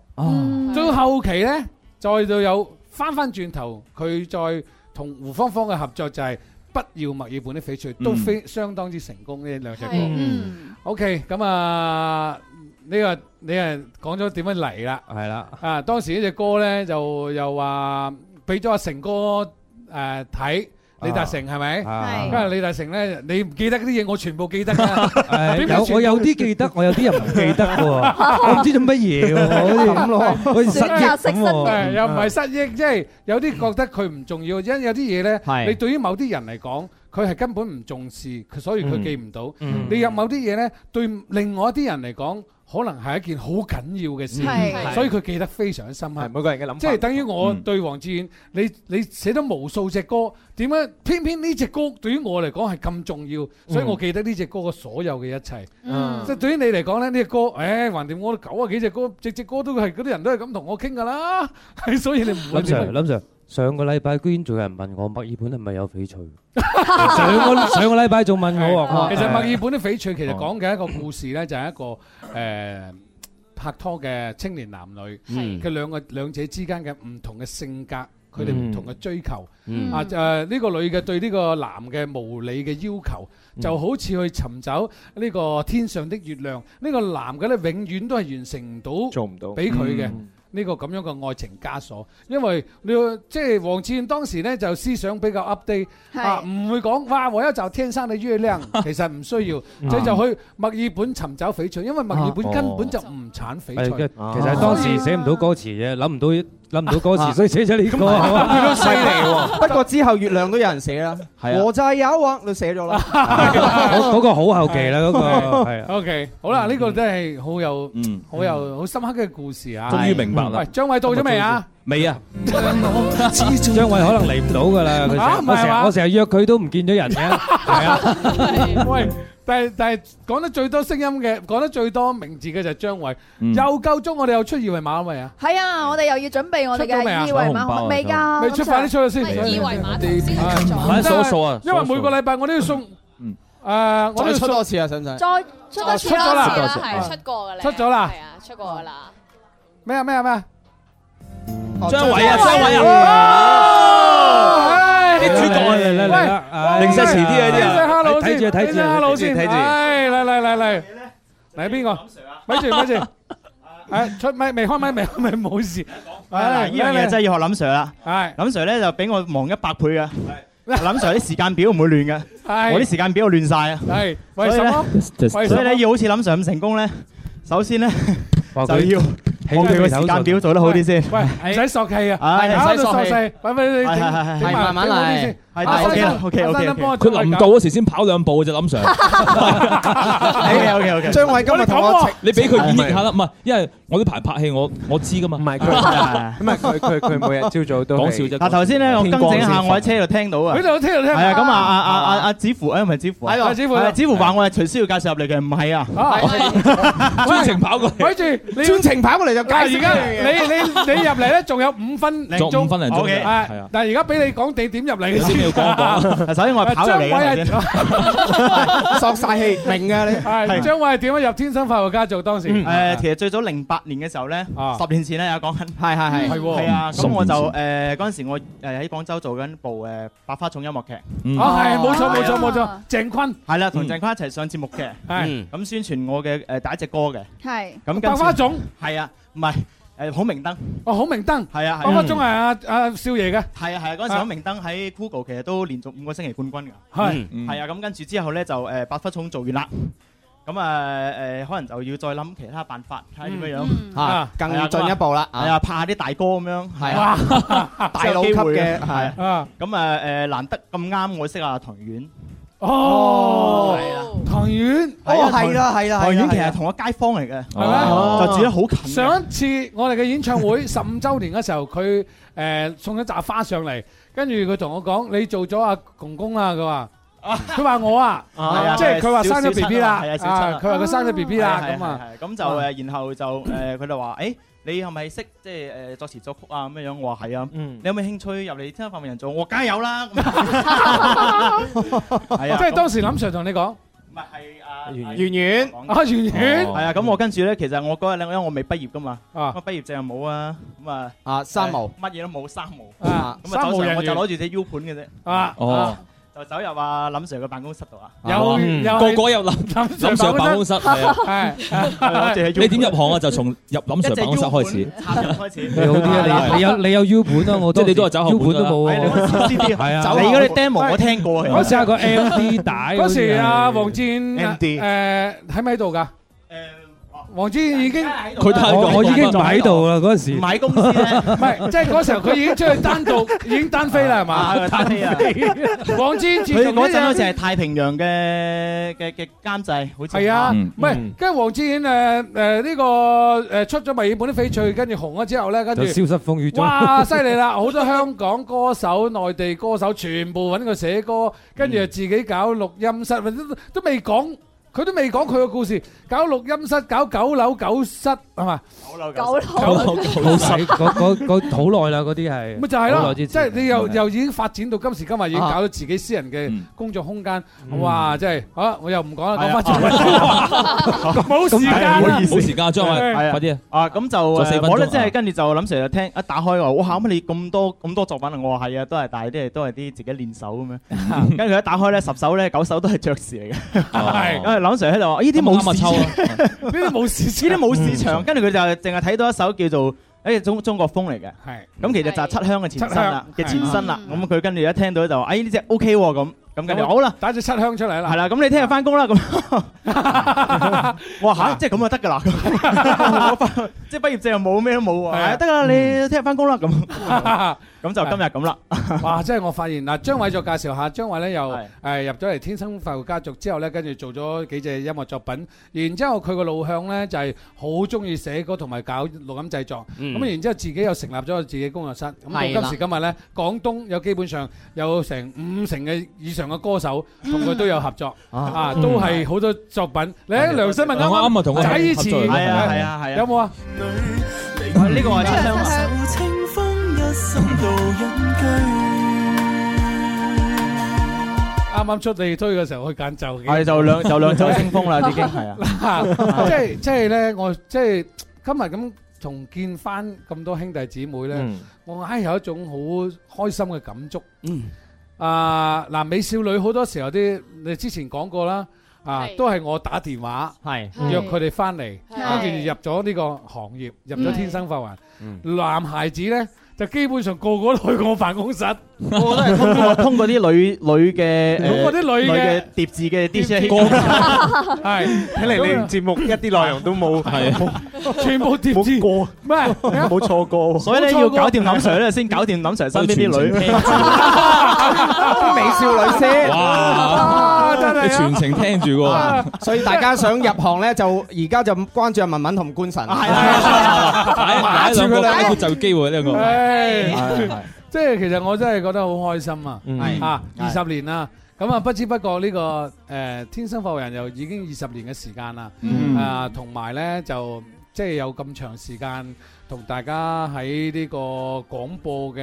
[SPEAKER 6] 到後期呢，再到有翻翻轉頭，佢再同胡芳芳嘅合作就係、不要墨爾本的翡翠，都
[SPEAKER 16] 嗯
[SPEAKER 6] 非相當之成功呢兩隻歌。
[SPEAKER 16] 嗯
[SPEAKER 6] OK，咁啊呢、個你係講咗點樣嚟啦？
[SPEAKER 16] 係啦。
[SPEAKER 6] 啊，當時呢只歌咧就又話俾咗阿成哥誒睇。李達成係咪？
[SPEAKER 16] 啊
[SPEAKER 6] 因為李達成咧，你唔記得啲嘢，我全部記 得啦。
[SPEAKER 16] 誒
[SPEAKER 6] 點解
[SPEAKER 16] 有
[SPEAKER 6] 全
[SPEAKER 16] 我有啲 記得，我有啲又唔記得喎，我唔知做乜 嘢喎，好似好似失憶咁
[SPEAKER 6] 誒
[SPEAKER 16] 喎，
[SPEAKER 6] 又唔係失憶，即係有啲覺得佢唔重要，因為有啲嘢咧，
[SPEAKER 16] 係
[SPEAKER 6] 你對於某啲人嚟講，佢係根本唔重視，佢所以佢記唔到
[SPEAKER 16] 嗯嗯。
[SPEAKER 6] 你有某啲嘢咧，對另外一啲人嚟講，可能係一件好緊要嘅事，
[SPEAKER 14] 係
[SPEAKER 6] 所以佢記得非常深刻。
[SPEAKER 14] 每個人嘅諗法。
[SPEAKER 6] 即係等於我對黃志遠，你你寫咗無數隻歌，點解偏偏呢只歌對於我嚟講係咁重要，所以我記得呢只歌嘅所有嘅一切。
[SPEAKER 16] 嗯
[SPEAKER 6] 即係對於你嚟講咧，呢只歌，誒，橫掂我九啊幾隻歌，隻隻歌都係嗰啲人都係咁同我傾㗎啦， 所以你唔會
[SPEAKER 16] 林 Sir，
[SPEAKER 6] 點
[SPEAKER 16] 林 Sir，上個禮拜居然仲有人問我墨爾本係咪 有翡翠？上個上個禮拜仲問我喎，
[SPEAKER 6] 其實墨爾本啲翡翠其實講嘅一個故事咧，就係一個誒拍拖嘅青年男女，
[SPEAKER 16] 嗯
[SPEAKER 6] 佢兩個兩者之間嘅唔同嘅性格，佢哋唔同嘅追求
[SPEAKER 16] 嗯，
[SPEAKER 6] 啊誒呢個女嘅對呢個男嘅無理嘅要求，
[SPEAKER 16] 嗯
[SPEAKER 6] 就好似去尋找呢個天上的月亮，呢個男嘅咧永遠都係完成唔到，
[SPEAKER 14] 做唔到
[SPEAKER 6] 俾佢嘅。
[SPEAKER 14] 嗯
[SPEAKER 6] 呢個咁樣嘅愛情枷鎖，因為你要即係黃志遠當時呢就思想比較 update
[SPEAKER 16] 係
[SPEAKER 6] 啊，唔會講哇我一就天生嘅月亮，其實唔需要，你就去墨爾本尋找翡翠，因為墨爾本根本就唔產翡
[SPEAKER 16] 誒
[SPEAKER 6] 翠。
[SPEAKER 16] 其實當時寫唔到歌詞嘅，諗唔到諗唔到歌詞，所以寫咗 呢個。啊
[SPEAKER 11] 咁犀利喎！不過之後月亮都有人寫啦，
[SPEAKER 16] 係啊
[SPEAKER 11] 我就係有一畫就寫咗
[SPEAKER 16] 嗰
[SPEAKER 11] 啦。
[SPEAKER 16] 嗰個好後期啦，嗰個係啊。
[SPEAKER 6] OK，好啦，呢個真係好有
[SPEAKER 16] 嗯
[SPEAKER 6] 好有好深刻嘅故事啊！
[SPEAKER 16] 終於明白啦
[SPEAKER 6] 喂，張偉到咗未啊？
[SPEAKER 16] 未啊？張偉可能嚟唔到㗎啦，佢
[SPEAKER 6] 啊唔
[SPEAKER 16] 成我
[SPEAKER 6] 係嘛
[SPEAKER 16] 成我成日約佢都唔見咗人 嘅。
[SPEAKER 6] 喂，但係但係講得最多聲音嘅，講得最多名字嘅就係張偉。
[SPEAKER 16] 嗯
[SPEAKER 6] 又夠鐘，我哋又出二維碼未啊？
[SPEAKER 8] 係啊，我哋又要準備我哋嘅二維碼未㗎，
[SPEAKER 6] 未出快啲出咗先。
[SPEAKER 9] 快啲數一數啊
[SPEAKER 6] 因為每個禮拜我都要送。
[SPEAKER 9] 嗯
[SPEAKER 6] 誒，我都哦
[SPEAKER 11] 再
[SPEAKER 6] 要
[SPEAKER 11] 出
[SPEAKER 6] 送
[SPEAKER 11] 多次啊，使唔使？
[SPEAKER 8] 再出多次啦，
[SPEAKER 7] 係出過㗎
[SPEAKER 6] 哦
[SPEAKER 7] 啦，
[SPEAKER 6] 出咗啦
[SPEAKER 7] 係啊，出過㗎啦。
[SPEAKER 6] 咩啊咩啊咩啊！
[SPEAKER 9] 張偉啊，
[SPEAKER 6] 哦張
[SPEAKER 9] 張
[SPEAKER 6] 偉
[SPEAKER 9] 偉
[SPEAKER 6] 啊，
[SPEAKER 9] 啲主角啊
[SPEAKER 6] 嚟嚟嚟啦
[SPEAKER 9] 喂零舍遲啲啊啲
[SPEAKER 6] 先
[SPEAKER 9] 啊
[SPEAKER 6] 生 hello
[SPEAKER 9] 睇
[SPEAKER 6] 先，
[SPEAKER 9] 住睇住
[SPEAKER 6] 先生 hello 先，
[SPEAKER 9] 睇住睇住
[SPEAKER 6] 唉嚟嚟嚟嚟，嚟邊個？咪住咪住，誒出咪未開咪未開咪冇事，
[SPEAKER 18] 嗱，呢樣嘢真係要學林 Sir 啦。
[SPEAKER 6] 係
[SPEAKER 18] 林 Sir 咧就比我忙一百倍啊！林 Sir 啲時間表唔會亂嘅，
[SPEAKER 6] 係
[SPEAKER 18] 我啲時間表亂晒啊。
[SPEAKER 6] 係
[SPEAKER 18] 所以
[SPEAKER 6] 為什麼
[SPEAKER 18] 咧
[SPEAKER 6] 為什
[SPEAKER 18] 所以
[SPEAKER 6] 麼
[SPEAKER 18] 咧要好似林 Sir 咁成功咧，首先咧就
[SPEAKER 6] 佢
[SPEAKER 18] 要
[SPEAKER 6] 起
[SPEAKER 18] 我
[SPEAKER 6] 佢
[SPEAKER 18] 佢個
[SPEAKER 6] 個
[SPEAKER 18] 時
[SPEAKER 6] 手
[SPEAKER 18] 間
[SPEAKER 6] 術
[SPEAKER 18] 表做得好啲先。
[SPEAKER 6] 喂，唔使索氣啊，搞
[SPEAKER 18] 唉唔使
[SPEAKER 6] 到
[SPEAKER 18] 索
[SPEAKER 6] 索
[SPEAKER 18] 氣
[SPEAKER 6] 氣，喂喂，你
[SPEAKER 18] 係
[SPEAKER 6] 整
[SPEAKER 18] 係係係
[SPEAKER 6] 整
[SPEAKER 18] 慢
[SPEAKER 6] 埋
[SPEAKER 18] 慢
[SPEAKER 6] 整好啲先，
[SPEAKER 18] 嚟係
[SPEAKER 6] 阿生
[SPEAKER 18] OK，OK，OK，OK
[SPEAKER 6] 阿生幫我
[SPEAKER 13] 佢臨到嗰時先跑兩步嘅啫，林 Sir。
[SPEAKER 18] OK，OK，OK
[SPEAKER 11] 張偉今日同我情
[SPEAKER 13] 你俾佢演繹下啦，唔係，因為我呢排拍戲，我我知噶嘛。唔係
[SPEAKER 14] 佢唔係佢佢佢每日朝早都係
[SPEAKER 13] 講笑啫。
[SPEAKER 18] 嗱，頭先咧我更正一下，我喺車度聽到啊。
[SPEAKER 6] 喺度聽到聽到
[SPEAKER 18] 係啊，咁啊啊啊啊啊子符，誒唔係子符啊，
[SPEAKER 6] 係啊子符
[SPEAKER 18] 係啊子符話我係隨需要介紹入嚟嘅，唔係 啊。
[SPEAKER 6] 專
[SPEAKER 18] 程跑過
[SPEAKER 6] 咪住，你
[SPEAKER 11] 專程跑過嚟就解釋
[SPEAKER 6] 嗱而家你你你入嚟咧，仲有五分零鐘，
[SPEAKER 18] 仲有五分零鐘 OK
[SPEAKER 6] 係
[SPEAKER 18] 係啊
[SPEAKER 6] 但係而家俾你講地點入嚟
[SPEAKER 18] 你先 要講講首先我係跑入 嚟嘅
[SPEAKER 6] 張偉係
[SPEAKER 11] 索晒氣，明㗎你
[SPEAKER 6] 係
[SPEAKER 18] 係
[SPEAKER 6] 張偉係點樣入天生快活家做當時？啊
[SPEAKER 18] 誒，其實最早零八年嘅時候咧，十年前咧有講緊，係係
[SPEAKER 6] 係係喎
[SPEAKER 18] 係啊，
[SPEAKER 6] 十
[SPEAKER 18] 咁
[SPEAKER 6] 年
[SPEAKER 18] 我就誒嗰陣時我誒喺廣州做緊部誒百花重音樂劇，
[SPEAKER 6] 啊係冇錯冇錯冇錯，鄭坤
[SPEAKER 18] 係啦，同鄭坤一齊上節目嘅，嗯
[SPEAKER 6] 係
[SPEAKER 18] 咁宣傳我嘅誒第一隻歌嘅，
[SPEAKER 8] 係
[SPEAKER 18] 咁跟住
[SPEAKER 6] 百花種
[SPEAKER 18] 係啊，唔係誒好明燈，
[SPEAKER 6] 哦好明燈
[SPEAKER 18] 係啊，
[SPEAKER 6] 百花種係阿阿少爺嘅，
[SPEAKER 18] 係啊係啊，嗰陣時好明燈喺 Google 其實都連續五個星期冠軍㗎，
[SPEAKER 6] 係
[SPEAKER 18] 嗯係啊，咁跟住之後咧就誒百花重做完啦。咁啊誒，可能就要再諗其他辦法，睇下點樣
[SPEAKER 11] 嗯
[SPEAKER 18] 樣
[SPEAKER 11] 啊更進一步啦啊
[SPEAKER 18] 係啊，拍下啲大哥咁樣，係
[SPEAKER 11] 哇
[SPEAKER 18] 啊，
[SPEAKER 11] 大佬級嘅
[SPEAKER 18] à?
[SPEAKER 11] 係
[SPEAKER 6] 啊。
[SPEAKER 18] 咁啊誒，難得咁啱我識阿唐遠。
[SPEAKER 6] 哦，唐遠，
[SPEAKER 18] 係啊
[SPEAKER 11] 係啦係啦係啦
[SPEAKER 18] 唐遠其
[SPEAKER 11] 係
[SPEAKER 18] 實
[SPEAKER 11] 啦
[SPEAKER 18] 同我街坊嚟嘅，
[SPEAKER 6] 係咪？
[SPEAKER 18] 就住得好近。
[SPEAKER 6] 上一次我哋嘅演唱會 十五週年嘅時候，佢誒送咗扎花上嚟，跟住佢同我講：你做咗阿公公啦，佢話。佢話我啊
[SPEAKER 18] 係啊，，
[SPEAKER 6] 即係佢話生咗
[SPEAKER 18] 小
[SPEAKER 6] B B 啦，
[SPEAKER 18] 小七啊係啊，
[SPEAKER 6] 啊
[SPEAKER 18] 小七
[SPEAKER 6] 佢話佢生咗 B B 啦，
[SPEAKER 18] 係係
[SPEAKER 6] 咁啊
[SPEAKER 18] 係，係咁就誒，然後就誒，佢就話誒。你係咪識即係誒作詞作曲啊咁樣樣？我話係啊，你有冇興趣入嚟聽下發明人做？我梗係有啦， 咁係啊，
[SPEAKER 6] 即係當時林 Sir 同你講，
[SPEAKER 18] 圓圓
[SPEAKER 6] 啊圓圓
[SPEAKER 18] 係啊，咁我跟住咧，其實我嗰日咧，因為我未畢業噶嘛，
[SPEAKER 6] 咁
[SPEAKER 18] 啊畢業證又冇啊，咁啊
[SPEAKER 11] 啊三毛
[SPEAKER 18] 乜嘢都冇三毛
[SPEAKER 11] 啊
[SPEAKER 18] 咁啊
[SPEAKER 11] 三
[SPEAKER 18] 走
[SPEAKER 11] 毛
[SPEAKER 18] 上
[SPEAKER 11] 人
[SPEAKER 18] 我就
[SPEAKER 11] 員
[SPEAKER 18] 攞住隻 U 盤嘅啫
[SPEAKER 6] 啊
[SPEAKER 13] 哦。
[SPEAKER 18] 就走入啊林 Sir 嘅辦公室度啊，
[SPEAKER 13] 有有個個入林林 Sir 辦公室，
[SPEAKER 18] 係
[SPEAKER 13] 你點入行啊？就從入林 Sir 辦公室開
[SPEAKER 18] 一隻 U
[SPEAKER 13] 始
[SPEAKER 18] 盤。插入開始，
[SPEAKER 16] 你好啲啊！你你有你有 U 盤啊，我
[SPEAKER 13] 即係你都係走後
[SPEAKER 16] U
[SPEAKER 13] 門
[SPEAKER 16] 盤
[SPEAKER 13] 㗎
[SPEAKER 16] 都
[SPEAKER 13] 啦
[SPEAKER 16] 冇
[SPEAKER 18] 係你嗰
[SPEAKER 16] 喎，
[SPEAKER 18] 啲
[SPEAKER 16] 係啊！
[SPEAKER 18] 走後門你嗰啲 demo 我聽過啊
[SPEAKER 16] 我試下個 MD 帶嗰啲啊
[SPEAKER 6] 嗰時啊，黃志遠誒
[SPEAKER 16] MD
[SPEAKER 6] 喺咪喺度㗎？誒，黃志遠已經
[SPEAKER 16] 佢都喺度我我已經唔喺度啦嗰陣時
[SPEAKER 6] 唔喺公司咧，唔係即係嗰時候佢已經出去 單獨，已經單飛啦係嘛？
[SPEAKER 18] 啊單飛啊
[SPEAKER 6] 黃志遠自
[SPEAKER 18] 佢
[SPEAKER 6] 從
[SPEAKER 18] 嗰陣好似
[SPEAKER 6] 呢
[SPEAKER 18] 係太平洋嘅嘅嘅監製，好似
[SPEAKER 6] 係啊，唔係，跟住黃志遠誒誒呢個誒出咗《墨爾本的翡翠》，跟住紅咗之後咧，跟住
[SPEAKER 16] 就消失風雨中。
[SPEAKER 6] 哇！犀利啦，好多香港歌手、內地歌手全部揾佢寫歌，跟住又自己搞錄音室，都都未講，佢都未講佢個故事，搞錄音室，搞九樓九室係嘛？
[SPEAKER 8] 九樓
[SPEAKER 16] 老細嗰嗰嗰好耐啦，嗰啲係
[SPEAKER 6] 咪就係
[SPEAKER 16] 好啊嗯
[SPEAKER 6] 咯，
[SPEAKER 16] 耐之
[SPEAKER 6] 即
[SPEAKER 16] 前
[SPEAKER 6] 係你又又已經發展到今時今日，已經搞到自己私人嘅工作空間，
[SPEAKER 16] 嗯
[SPEAKER 6] 哇！真係好啦，我又唔講
[SPEAKER 16] 啊
[SPEAKER 6] 啦，講翻張 偉，冇時間啦，仲有四
[SPEAKER 18] 係啊啊！咁就
[SPEAKER 6] 分鐘啊
[SPEAKER 18] 我咧，即係跟住就林 Sir 就聽一打開話，哇！乜你咁多咁多作品啊？我話係啊，都係，但係啲都係啲自己練手 咁樣。跟住佢一打開咧，十首咧九首都係爵士嚟嘅，
[SPEAKER 6] 係
[SPEAKER 18] 因為林 Sir 喺度話：呢啲
[SPEAKER 6] 哦咁啱啊
[SPEAKER 18] 冇市
[SPEAKER 6] 抽
[SPEAKER 18] 場，
[SPEAKER 6] 啊呢啲冇市場，嗯
[SPEAKER 18] 呢啲冇市場。跟住佢就淨係睇到一首叫做誒中中國風嚟嘅，
[SPEAKER 6] 係
[SPEAKER 18] 咁其實就係七香嘅前身啦，
[SPEAKER 6] 七
[SPEAKER 18] 嘅
[SPEAKER 6] 香嗯
[SPEAKER 18] 前身啦。咁佢跟住一聽到就哎誒呢只 OK 喎咁，咁跟住好啦，
[SPEAKER 6] 打隻七香出嚟啦，
[SPEAKER 18] 係啦，咁你聽日翻工啦咁。 哇嚇，即係咁就得㗎啦。 咁我返即係畢業證又冇咩都冇
[SPEAKER 6] 係啊
[SPEAKER 18] 喎，係得啦，你聽日翻工啦咁。
[SPEAKER 6] 咁
[SPEAKER 18] 就今日咁啦。
[SPEAKER 6] 哇！即係我發現嗱，張偉再介紹下，張偉咧又誒入咗嚟天生快活家族之後咧，跟住做咗幾隻音樂作品，然之後佢個路向咧就係好中意寫歌同埋搞錄音製作，
[SPEAKER 19] 嗯
[SPEAKER 6] 咁然之後自己又成立咗自己工作室，咁
[SPEAKER 19] 係
[SPEAKER 6] 到
[SPEAKER 19] 啦
[SPEAKER 6] 今時今日咧，廣東有基本上有成五成嘅以上嘅歌手同佢都有合作，
[SPEAKER 13] 嗯
[SPEAKER 6] 啊，
[SPEAKER 13] 嗯
[SPEAKER 6] 都係好多作品。你睇梁新文啱
[SPEAKER 13] 我啱啊同佢
[SPEAKER 6] 仔以
[SPEAKER 13] 合作
[SPEAKER 6] 前
[SPEAKER 13] 係啊係啊係啊
[SPEAKER 6] 有冇啊？
[SPEAKER 18] 呢個係七香啊。
[SPEAKER 1] 清風一心到
[SPEAKER 6] 啱啱出地推嘅時候去揀就嘅，
[SPEAKER 18] 係就兩就兩走清風啦已經係
[SPEAKER 6] à?
[SPEAKER 18] 啊
[SPEAKER 6] 嗱即係 即係咧，我即係今日咁重見翻咁多兄弟姊妹咧
[SPEAKER 18] 嗯，
[SPEAKER 6] 我硬係有一種好開心嘅感觸。啊，嗱，美少女好多時候啲，你之前講過啦。啊，
[SPEAKER 19] 係
[SPEAKER 6] 都係我打電話，
[SPEAKER 18] 係
[SPEAKER 19] 嗯
[SPEAKER 6] 約佢哋翻嚟，
[SPEAKER 19] 係
[SPEAKER 6] 跟住入咗呢個行業，入咗
[SPEAKER 19] 嗯
[SPEAKER 6] 天生發環。
[SPEAKER 19] 嗯
[SPEAKER 6] 男孩子呢，就基本上個個都去我辦 公室，我
[SPEAKER 18] 都係通過通過啲女女嘅誒
[SPEAKER 6] 通過啲女嘅
[SPEAKER 18] 嘅疊字嘅 DJ，
[SPEAKER 6] 係
[SPEAKER 14] 睇嚟你節目一啲內容都冇，
[SPEAKER 6] 係全部疊字
[SPEAKER 14] 過，
[SPEAKER 6] 唔係
[SPEAKER 14] 冇錯過。
[SPEAKER 18] 所以咧要搞掂林 Sir 咧，先搞掂林 Sir 身邊啲女，
[SPEAKER 11] 哇！
[SPEAKER 6] 真係啊。啊
[SPEAKER 11] 你全程聽住喎。
[SPEAKER 13] 擺
[SPEAKER 6] 住
[SPEAKER 13] 兩
[SPEAKER 6] 佢
[SPEAKER 13] 個
[SPEAKER 6] 啦
[SPEAKER 13] 解決就機會呢個。
[SPEAKER 6] 唉，即係其實我真係覺得好開心啊！
[SPEAKER 13] 嗯
[SPEAKER 6] 啊，
[SPEAKER 13] 係
[SPEAKER 6] 二十年啦，咁啊不知不覺呢個誒天生發育人又已經二十年嘅時間啦
[SPEAKER 13] 嗯，
[SPEAKER 6] 啊，同埋呢就即係有咁長時間同大家喺呢個廣播嘅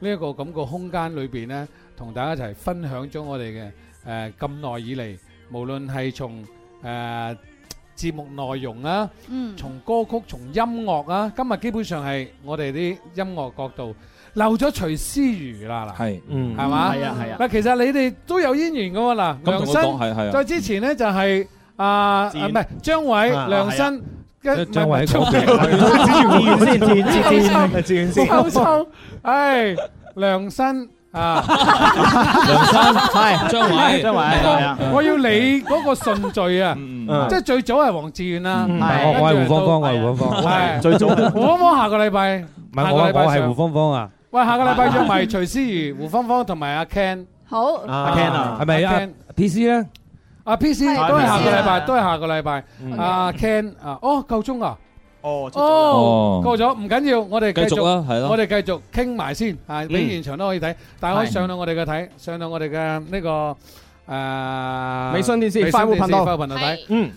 [SPEAKER 6] 呢一個咁個空間裏邊呢，同大家一齊分享咗我哋嘅誒咁耐以嚟，無論係從誒節目內容啊。從歌曲、從音樂啊，今日基本上係我哋啲音樂角度漏咗徐思如啦，嗱，
[SPEAKER 13] 係嗯
[SPEAKER 6] 係嘛？
[SPEAKER 13] 係啊係啊
[SPEAKER 6] 嗱，其實你哋都有淵源嘅喎，嗱，
[SPEAKER 13] 咁同
[SPEAKER 6] 梁
[SPEAKER 13] 我
[SPEAKER 6] 生
[SPEAKER 13] 講係係啊
[SPEAKER 6] 再之前呢，就係啊，
[SPEAKER 13] 展
[SPEAKER 6] 唔係張
[SPEAKER 13] 啊啊
[SPEAKER 6] 偉、梁
[SPEAKER 13] 係
[SPEAKER 6] 生。跟
[SPEAKER 13] 張偉
[SPEAKER 6] 唔係
[SPEAKER 13] 講
[SPEAKER 6] 張
[SPEAKER 13] 嘅
[SPEAKER 6] 偉
[SPEAKER 13] 志願先志願志願先
[SPEAKER 6] 秋秋，唉，梁生啊，
[SPEAKER 13] 梁生係張偉張偉係啊
[SPEAKER 6] 我要你嗰個順序啊，
[SPEAKER 13] 嗯
[SPEAKER 6] 即係最早係黃志遠啦，
[SPEAKER 16] 我我係胡芳芳，我係胡芳芳，
[SPEAKER 6] 係
[SPEAKER 16] 最早
[SPEAKER 6] 胡芳芳下個禮拜，
[SPEAKER 16] 唔係
[SPEAKER 6] 下
[SPEAKER 16] 我
[SPEAKER 6] 個禮拜
[SPEAKER 16] 我係
[SPEAKER 6] 上
[SPEAKER 16] 胡芳芳啊。
[SPEAKER 6] 喂，下個禮拜約埋徐思如、胡芳芳同埋阿 Ken。
[SPEAKER 8] 好，
[SPEAKER 16] 係咪
[SPEAKER 6] 阿
[SPEAKER 16] 啊
[SPEAKER 6] À, Ken
[SPEAKER 16] À, ？P C 咧？
[SPEAKER 6] 阿 PC 都
[SPEAKER 16] 係
[SPEAKER 6] 係下個
[SPEAKER 16] PC
[SPEAKER 6] 禮
[SPEAKER 16] 啊
[SPEAKER 6] 拜，都係下個禮拜
[SPEAKER 16] 嗯。
[SPEAKER 6] 阿 Ken 啊，哦，夠鐘啊！
[SPEAKER 18] 哦
[SPEAKER 16] 咗啦
[SPEAKER 6] 哦
[SPEAKER 16] 哦，
[SPEAKER 6] 過咗，唔緊要，我哋
[SPEAKER 13] 繼續啦係咯嗯
[SPEAKER 6] 我哋繼續傾埋先，啊，俾現場都可以睇，但係可以
[SPEAKER 13] 係
[SPEAKER 6] 上到我哋嘅睇，上到我哋嘅呢個誒
[SPEAKER 11] 微信電視
[SPEAKER 6] 微
[SPEAKER 11] 快活頻道
[SPEAKER 6] 快活頻道睇，嗯。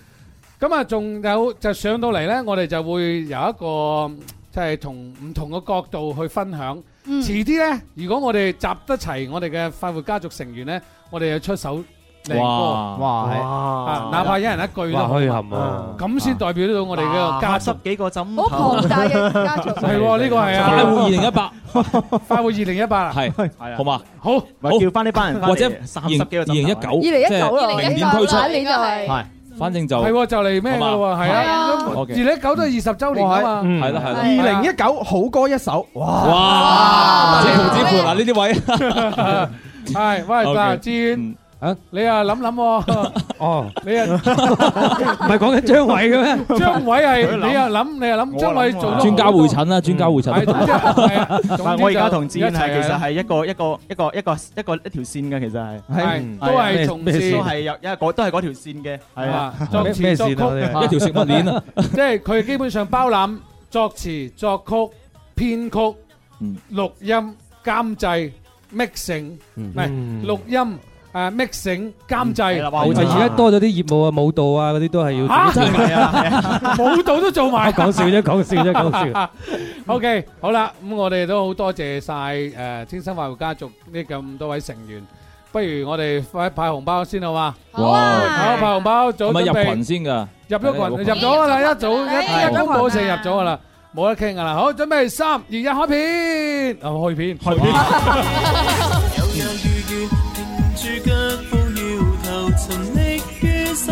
[SPEAKER 6] 咁啊，仲有就上到嚟咧，我哋就會有一個即係從唔同嘅角度去分享。
[SPEAKER 8] 嗯
[SPEAKER 6] 遲啲咧，如果我哋集得齊我哋嘅快活家族成員咧，我哋就出手靚歌，
[SPEAKER 16] 哇哇係
[SPEAKER 6] 啊哪怕一人一句都
[SPEAKER 16] 哇
[SPEAKER 6] 好
[SPEAKER 16] 虛冚啊！
[SPEAKER 6] 咁先代表到我哋呢個家族。
[SPEAKER 18] 幾個枕
[SPEAKER 6] 好
[SPEAKER 18] 頭，
[SPEAKER 6] 龐大嘅家族 係喎呢個係啊
[SPEAKER 13] 快活二零一八，
[SPEAKER 6] 快活二零一八
[SPEAKER 13] 係係好嘛？
[SPEAKER 6] 好，
[SPEAKER 13] 好
[SPEAKER 18] 叫翻呢班人翻嚟
[SPEAKER 13] 或者
[SPEAKER 18] 30幾個
[SPEAKER 13] 二零一九，即係明年推出，係，反正就
[SPEAKER 6] 係喎，就嚟咩噶咯喎，係啊，二
[SPEAKER 13] ，OK
[SPEAKER 6] 零一九 都係二十週年啊嘛，
[SPEAKER 13] 係啦係啦，
[SPEAKER 11] 2019好歌一首。哇！
[SPEAKER 13] 哇！
[SPEAKER 6] 哇
[SPEAKER 13] 截圖支付嗱呢啲位，
[SPEAKER 6] 係，喂，
[SPEAKER 13] OK
[SPEAKER 6] 嗱，志遠，你啊諗諗喎，
[SPEAKER 16] 哦，
[SPEAKER 6] 你啊，唔
[SPEAKER 16] 係講緊張偉嘅咩？
[SPEAKER 6] 張偉 係你又諗，你又諗，張偉做得好
[SPEAKER 13] 專家會診啦，專家會診。
[SPEAKER 18] 但係我而家同志
[SPEAKER 6] 一
[SPEAKER 18] 遠
[SPEAKER 6] 齊
[SPEAKER 18] 係
[SPEAKER 6] 係
[SPEAKER 18] 其實
[SPEAKER 6] 啦
[SPEAKER 18] 係一個一個一個一個一個一條線嘅，其實係
[SPEAKER 6] 係都係從
[SPEAKER 18] 咩
[SPEAKER 6] 事
[SPEAKER 18] 都係有因為嗰都係嗰條線嘅，係啊
[SPEAKER 6] 啊，作詞作曲
[SPEAKER 18] 一條食物鏈啊，
[SPEAKER 6] 即係佢基本上包攬作詞、作曲、編曲、錄音、監製、mixing，唔係錄音誒 mixing 監製。
[SPEAKER 16] 而家多咗啲業務啊、舞蹈啊嗰啲都係要
[SPEAKER 6] 啊嚇
[SPEAKER 16] 自己 做
[SPEAKER 6] 舞蹈都做埋。
[SPEAKER 16] 講笑啫講笑啫講笑。
[SPEAKER 6] OK，好啦，咁我哋都好多謝晒誒天生快活家族呢咁多位成員。不如我哋快派紅包先好嘛？
[SPEAKER 13] 好啊
[SPEAKER 6] 好派紅包，早
[SPEAKER 13] 咁
[SPEAKER 6] 準
[SPEAKER 13] 啊入群
[SPEAKER 6] 備。
[SPEAKER 13] 先㗎，
[SPEAKER 6] 入咗群，入咗噶啦，一早一一公佈成入咗噶啦，冇得傾噶啦。好，準備三二一，開片，啊開片，開 片。
[SPEAKER 19] 猶猶豫豫，定住腳步，搖頭沉溺於失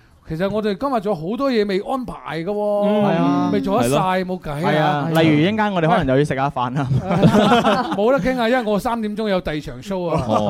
[SPEAKER 6] 其實我哋今日仲有好多嘢未安排嘅
[SPEAKER 18] à.
[SPEAKER 6] 喎，未做得晒冇計
[SPEAKER 18] 係啊，例
[SPEAKER 6] à.
[SPEAKER 18] 如一陣間我哋可能 又要食下飯啦，
[SPEAKER 6] 冇得傾啊，因為我三點鐘有第二場 show à. 啊，啊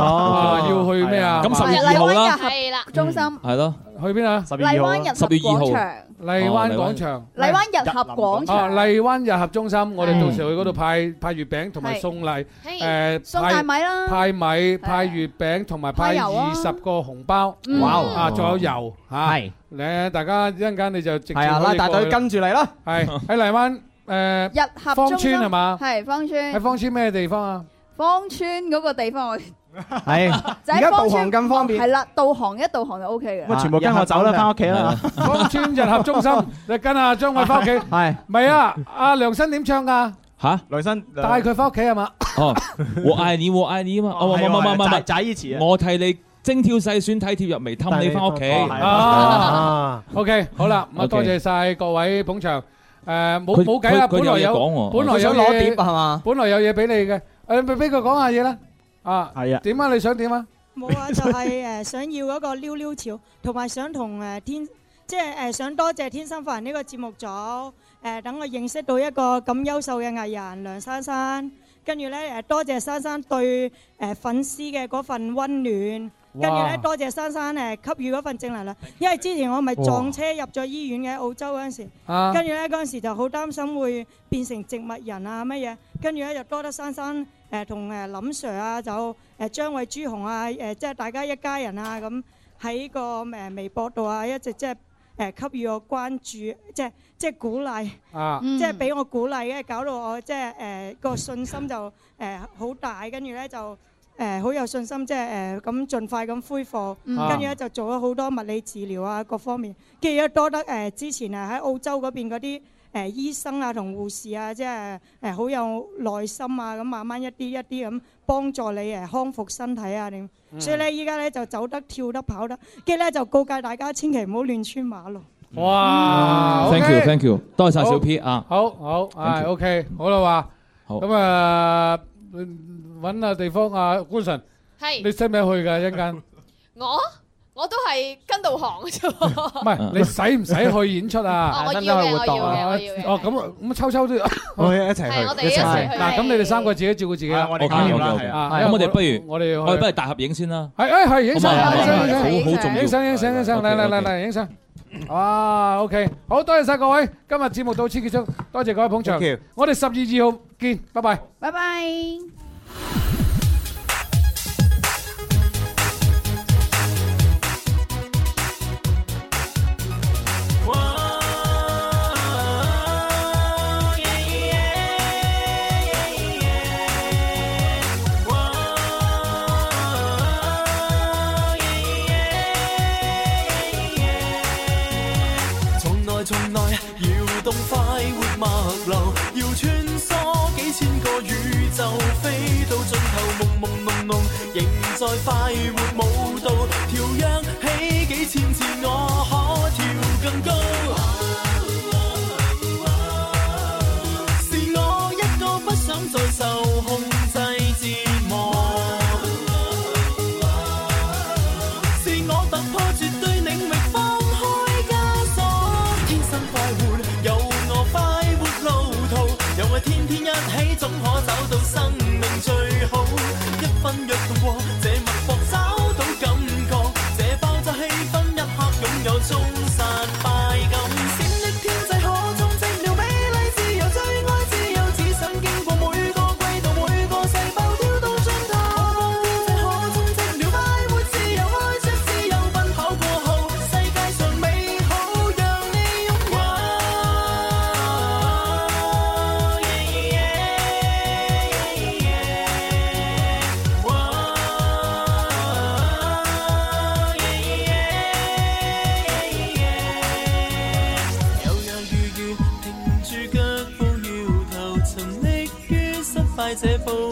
[SPEAKER 13] 哦
[SPEAKER 6] 要去咩啊？
[SPEAKER 13] 咁12二號啦
[SPEAKER 8] 係啦，中心
[SPEAKER 13] 係咯，
[SPEAKER 6] 去邊啊？
[SPEAKER 18] 十
[SPEAKER 8] 荔灣日合廣場，
[SPEAKER 6] 荔灣廣場。
[SPEAKER 8] 荔灣日合廣
[SPEAKER 6] 啊！
[SPEAKER 8] 場，
[SPEAKER 6] 荔灣日合中心，我哋
[SPEAKER 8] 係
[SPEAKER 6] 到時去嗰度派派月餅同埋送禮，
[SPEAKER 8] 係
[SPEAKER 6] 誒
[SPEAKER 8] 送大米啦
[SPEAKER 6] 派米、派月餅同埋
[SPEAKER 8] 派
[SPEAKER 6] 派
[SPEAKER 8] 油啊
[SPEAKER 6] 二十個紅包，
[SPEAKER 11] 嗯哇哦
[SPEAKER 6] 啊，仲有油嚇，
[SPEAKER 11] 係
[SPEAKER 6] 咧大家一陣間你就直接
[SPEAKER 11] 係啊
[SPEAKER 6] 可以
[SPEAKER 11] 拉大
[SPEAKER 6] 過去
[SPEAKER 11] 隊跟住嚟啦，
[SPEAKER 6] 係喺荔灣誒
[SPEAKER 8] 日
[SPEAKER 6] 芳
[SPEAKER 8] 合中心
[SPEAKER 6] 村係嘛？
[SPEAKER 8] 係芳村。
[SPEAKER 6] 喺芳村咩地方啊？
[SPEAKER 8] 芳村嗰個地方我
[SPEAKER 18] 係
[SPEAKER 8] 就喺芳村係啦，導航一導航就 O K 嘅。
[SPEAKER 18] 咁啊全部跟我走啦，翻屋企啦。
[SPEAKER 6] 芳村日合中心，你跟阿張偉翻屋企。
[SPEAKER 18] 係
[SPEAKER 6] 咪啊，阿梁生點唱㗎？
[SPEAKER 13] 吓？
[SPEAKER 18] 梁生
[SPEAKER 6] 帶佢翻屋企係嘛？
[SPEAKER 13] 哦，我愛你，我愛你啊嘛，哦，唔唔
[SPEAKER 18] 係
[SPEAKER 13] 唔
[SPEAKER 18] 喎
[SPEAKER 13] 唔唔
[SPEAKER 18] 係
[SPEAKER 13] 唔，
[SPEAKER 18] 仔仔以前啊
[SPEAKER 13] 我替你精挑細選，體貼入微，氹你翻屋企。
[SPEAKER 6] 哦啊，OK，好啦，咁啊
[SPEAKER 13] OK
[SPEAKER 6] 多謝晒各位捧場。誒冇
[SPEAKER 13] 佢
[SPEAKER 6] 冇計啦，
[SPEAKER 13] 佢佢
[SPEAKER 6] 本來
[SPEAKER 13] 有嘢講喎
[SPEAKER 6] 本來有
[SPEAKER 13] 佢想攞碟
[SPEAKER 6] 係嘛？本來有嘢俾你嘅，誒咪俾佢講下嘢啦。啊，
[SPEAKER 18] 係啊，
[SPEAKER 6] 點啊？你想點啊？
[SPEAKER 10] 冇啊，就係、誒想要嗰個溜溜潮，同埋想同誒天，即係誒想多謝天生發人呢個節目組，誒等我認識到一個咁優秀嘅藝人梁珊珊，跟住咧誒多謝珊珊對誒粉絲嘅嗰份温暖。跟住咧，
[SPEAKER 20] 哇
[SPEAKER 10] 多謝珊珊誒給予嗰份正能量，因為之前我咪
[SPEAKER 20] 哇
[SPEAKER 10] 撞車入咗醫院嘅澳洲嗰陣時，
[SPEAKER 20] 啊
[SPEAKER 10] 跟住咧嗰陣時就好擔心會變成植物人啊乜嘢，跟住咧就多得珊珊誒同誒林 Sir 啊，就誒張偉、朱紅啊，誒即係大家一家人啊咁喺個誒微博度啊，一直即係誒給予我關注，即係即係鼓勵，
[SPEAKER 6] 啊
[SPEAKER 10] 即係俾我鼓勵嘅，搞到我即係誒個信心就誒好大，跟住咧就。誒好、有信心，即係誒咁盡快咁恢復，
[SPEAKER 20] 嗯
[SPEAKER 10] 跟住咧就做咗好多物理治療啊各方面，跟住多得誒、之前啊喺澳洲嗰邊嗰啲誒醫生啊同護士啊，即係誒好有耐心啊，咁慢慢一啲一啲咁幫助你誒康復身體啊點，
[SPEAKER 6] 嗯
[SPEAKER 10] 所以咧依家咧就走得跳得跑得，跟住咧就告誡大家千祈唔好亂穿馬路。
[SPEAKER 6] 哇
[SPEAKER 13] Ừ. ，thank
[SPEAKER 6] Ừ. OK
[SPEAKER 13] you，thank you，多謝晒
[SPEAKER 6] 好
[SPEAKER 13] 小 P 啊。
[SPEAKER 6] 好好，
[SPEAKER 13] à.
[SPEAKER 6] 唉
[SPEAKER 13] you
[SPEAKER 6] ，OK，好 à? 啦話，
[SPEAKER 13] 好
[SPEAKER 6] 咁啊，嗯揾下地方啊，官神，
[SPEAKER 7] 係
[SPEAKER 6] 你使唔使去㗎一陣間？
[SPEAKER 7] 我我都係跟導航嘅啫喎。
[SPEAKER 13] Ờ.
[SPEAKER 6] 唔係，你使唔使去演出啊？
[SPEAKER 7] 哦我要嘅我要
[SPEAKER 6] à.
[SPEAKER 7] 嘅我要嘅
[SPEAKER 6] 哦，咁咁秋秋都，
[SPEAKER 14] 我哋一齊
[SPEAKER 7] 去係我哋
[SPEAKER 13] 一齊一齊去
[SPEAKER 6] 嗱，咁你哋三個自己照顧自己啦。
[SPEAKER 13] 我哋搞掂啦，係啊。咁我哋不如
[SPEAKER 6] 我哋
[SPEAKER 13] 我哋不如大合影先啦。
[SPEAKER 6] 係誒係影
[SPEAKER 13] 好
[SPEAKER 6] 相，
[SPEAKER 13] 嘛
[SPEAKER 6] 影相，
[SPEAKER 13] 好嘛
[SPEAKER 6] 影
[SPEAKER 13] 好好
[SPEAKER 6] 相，
[SPEAKER 13] 重要
[SPEAKER 6] 影相，影相，影相，嚟嚟
[SPEAKER 13] OK，OK
[SPEAKER 6] 嚟嚟影相。哇，OK，好多謝晒各位，今日節目到此結束，多謝各位捧場
[SPEAKER 14] Thank you，
[SPEAKER 6] 我哋十月二號見，拜拜。
[SPEAKER 8] 拜拜。
[SPEAKER 19] 從來從來搖動快活脈流，要穿梭幾千個宇宙，飛到盡頭，朦朦朧朧，仍在快活舞蹈，跳躍起幾千次，我可跳更高。是我一個不想再受控制折磨。是我突破絕對領域，放開枷鎖。天生快活，有我快活路途，有我天天一起，總可找到生命最好。一分躍動過，這脈搏找到感覺，這爆炸氣氛一刻擁有中散敗感。閃的天際可終寂寥，美麗自由，最愛自由，只想經過每個季度，每個細胞跳到盡頭。天際可終寂寥，快活自由，開出自由奔跑過後，世界上美好讓你擁有。有也遇遇，停住腳步，搖頭沉溺於失敗這步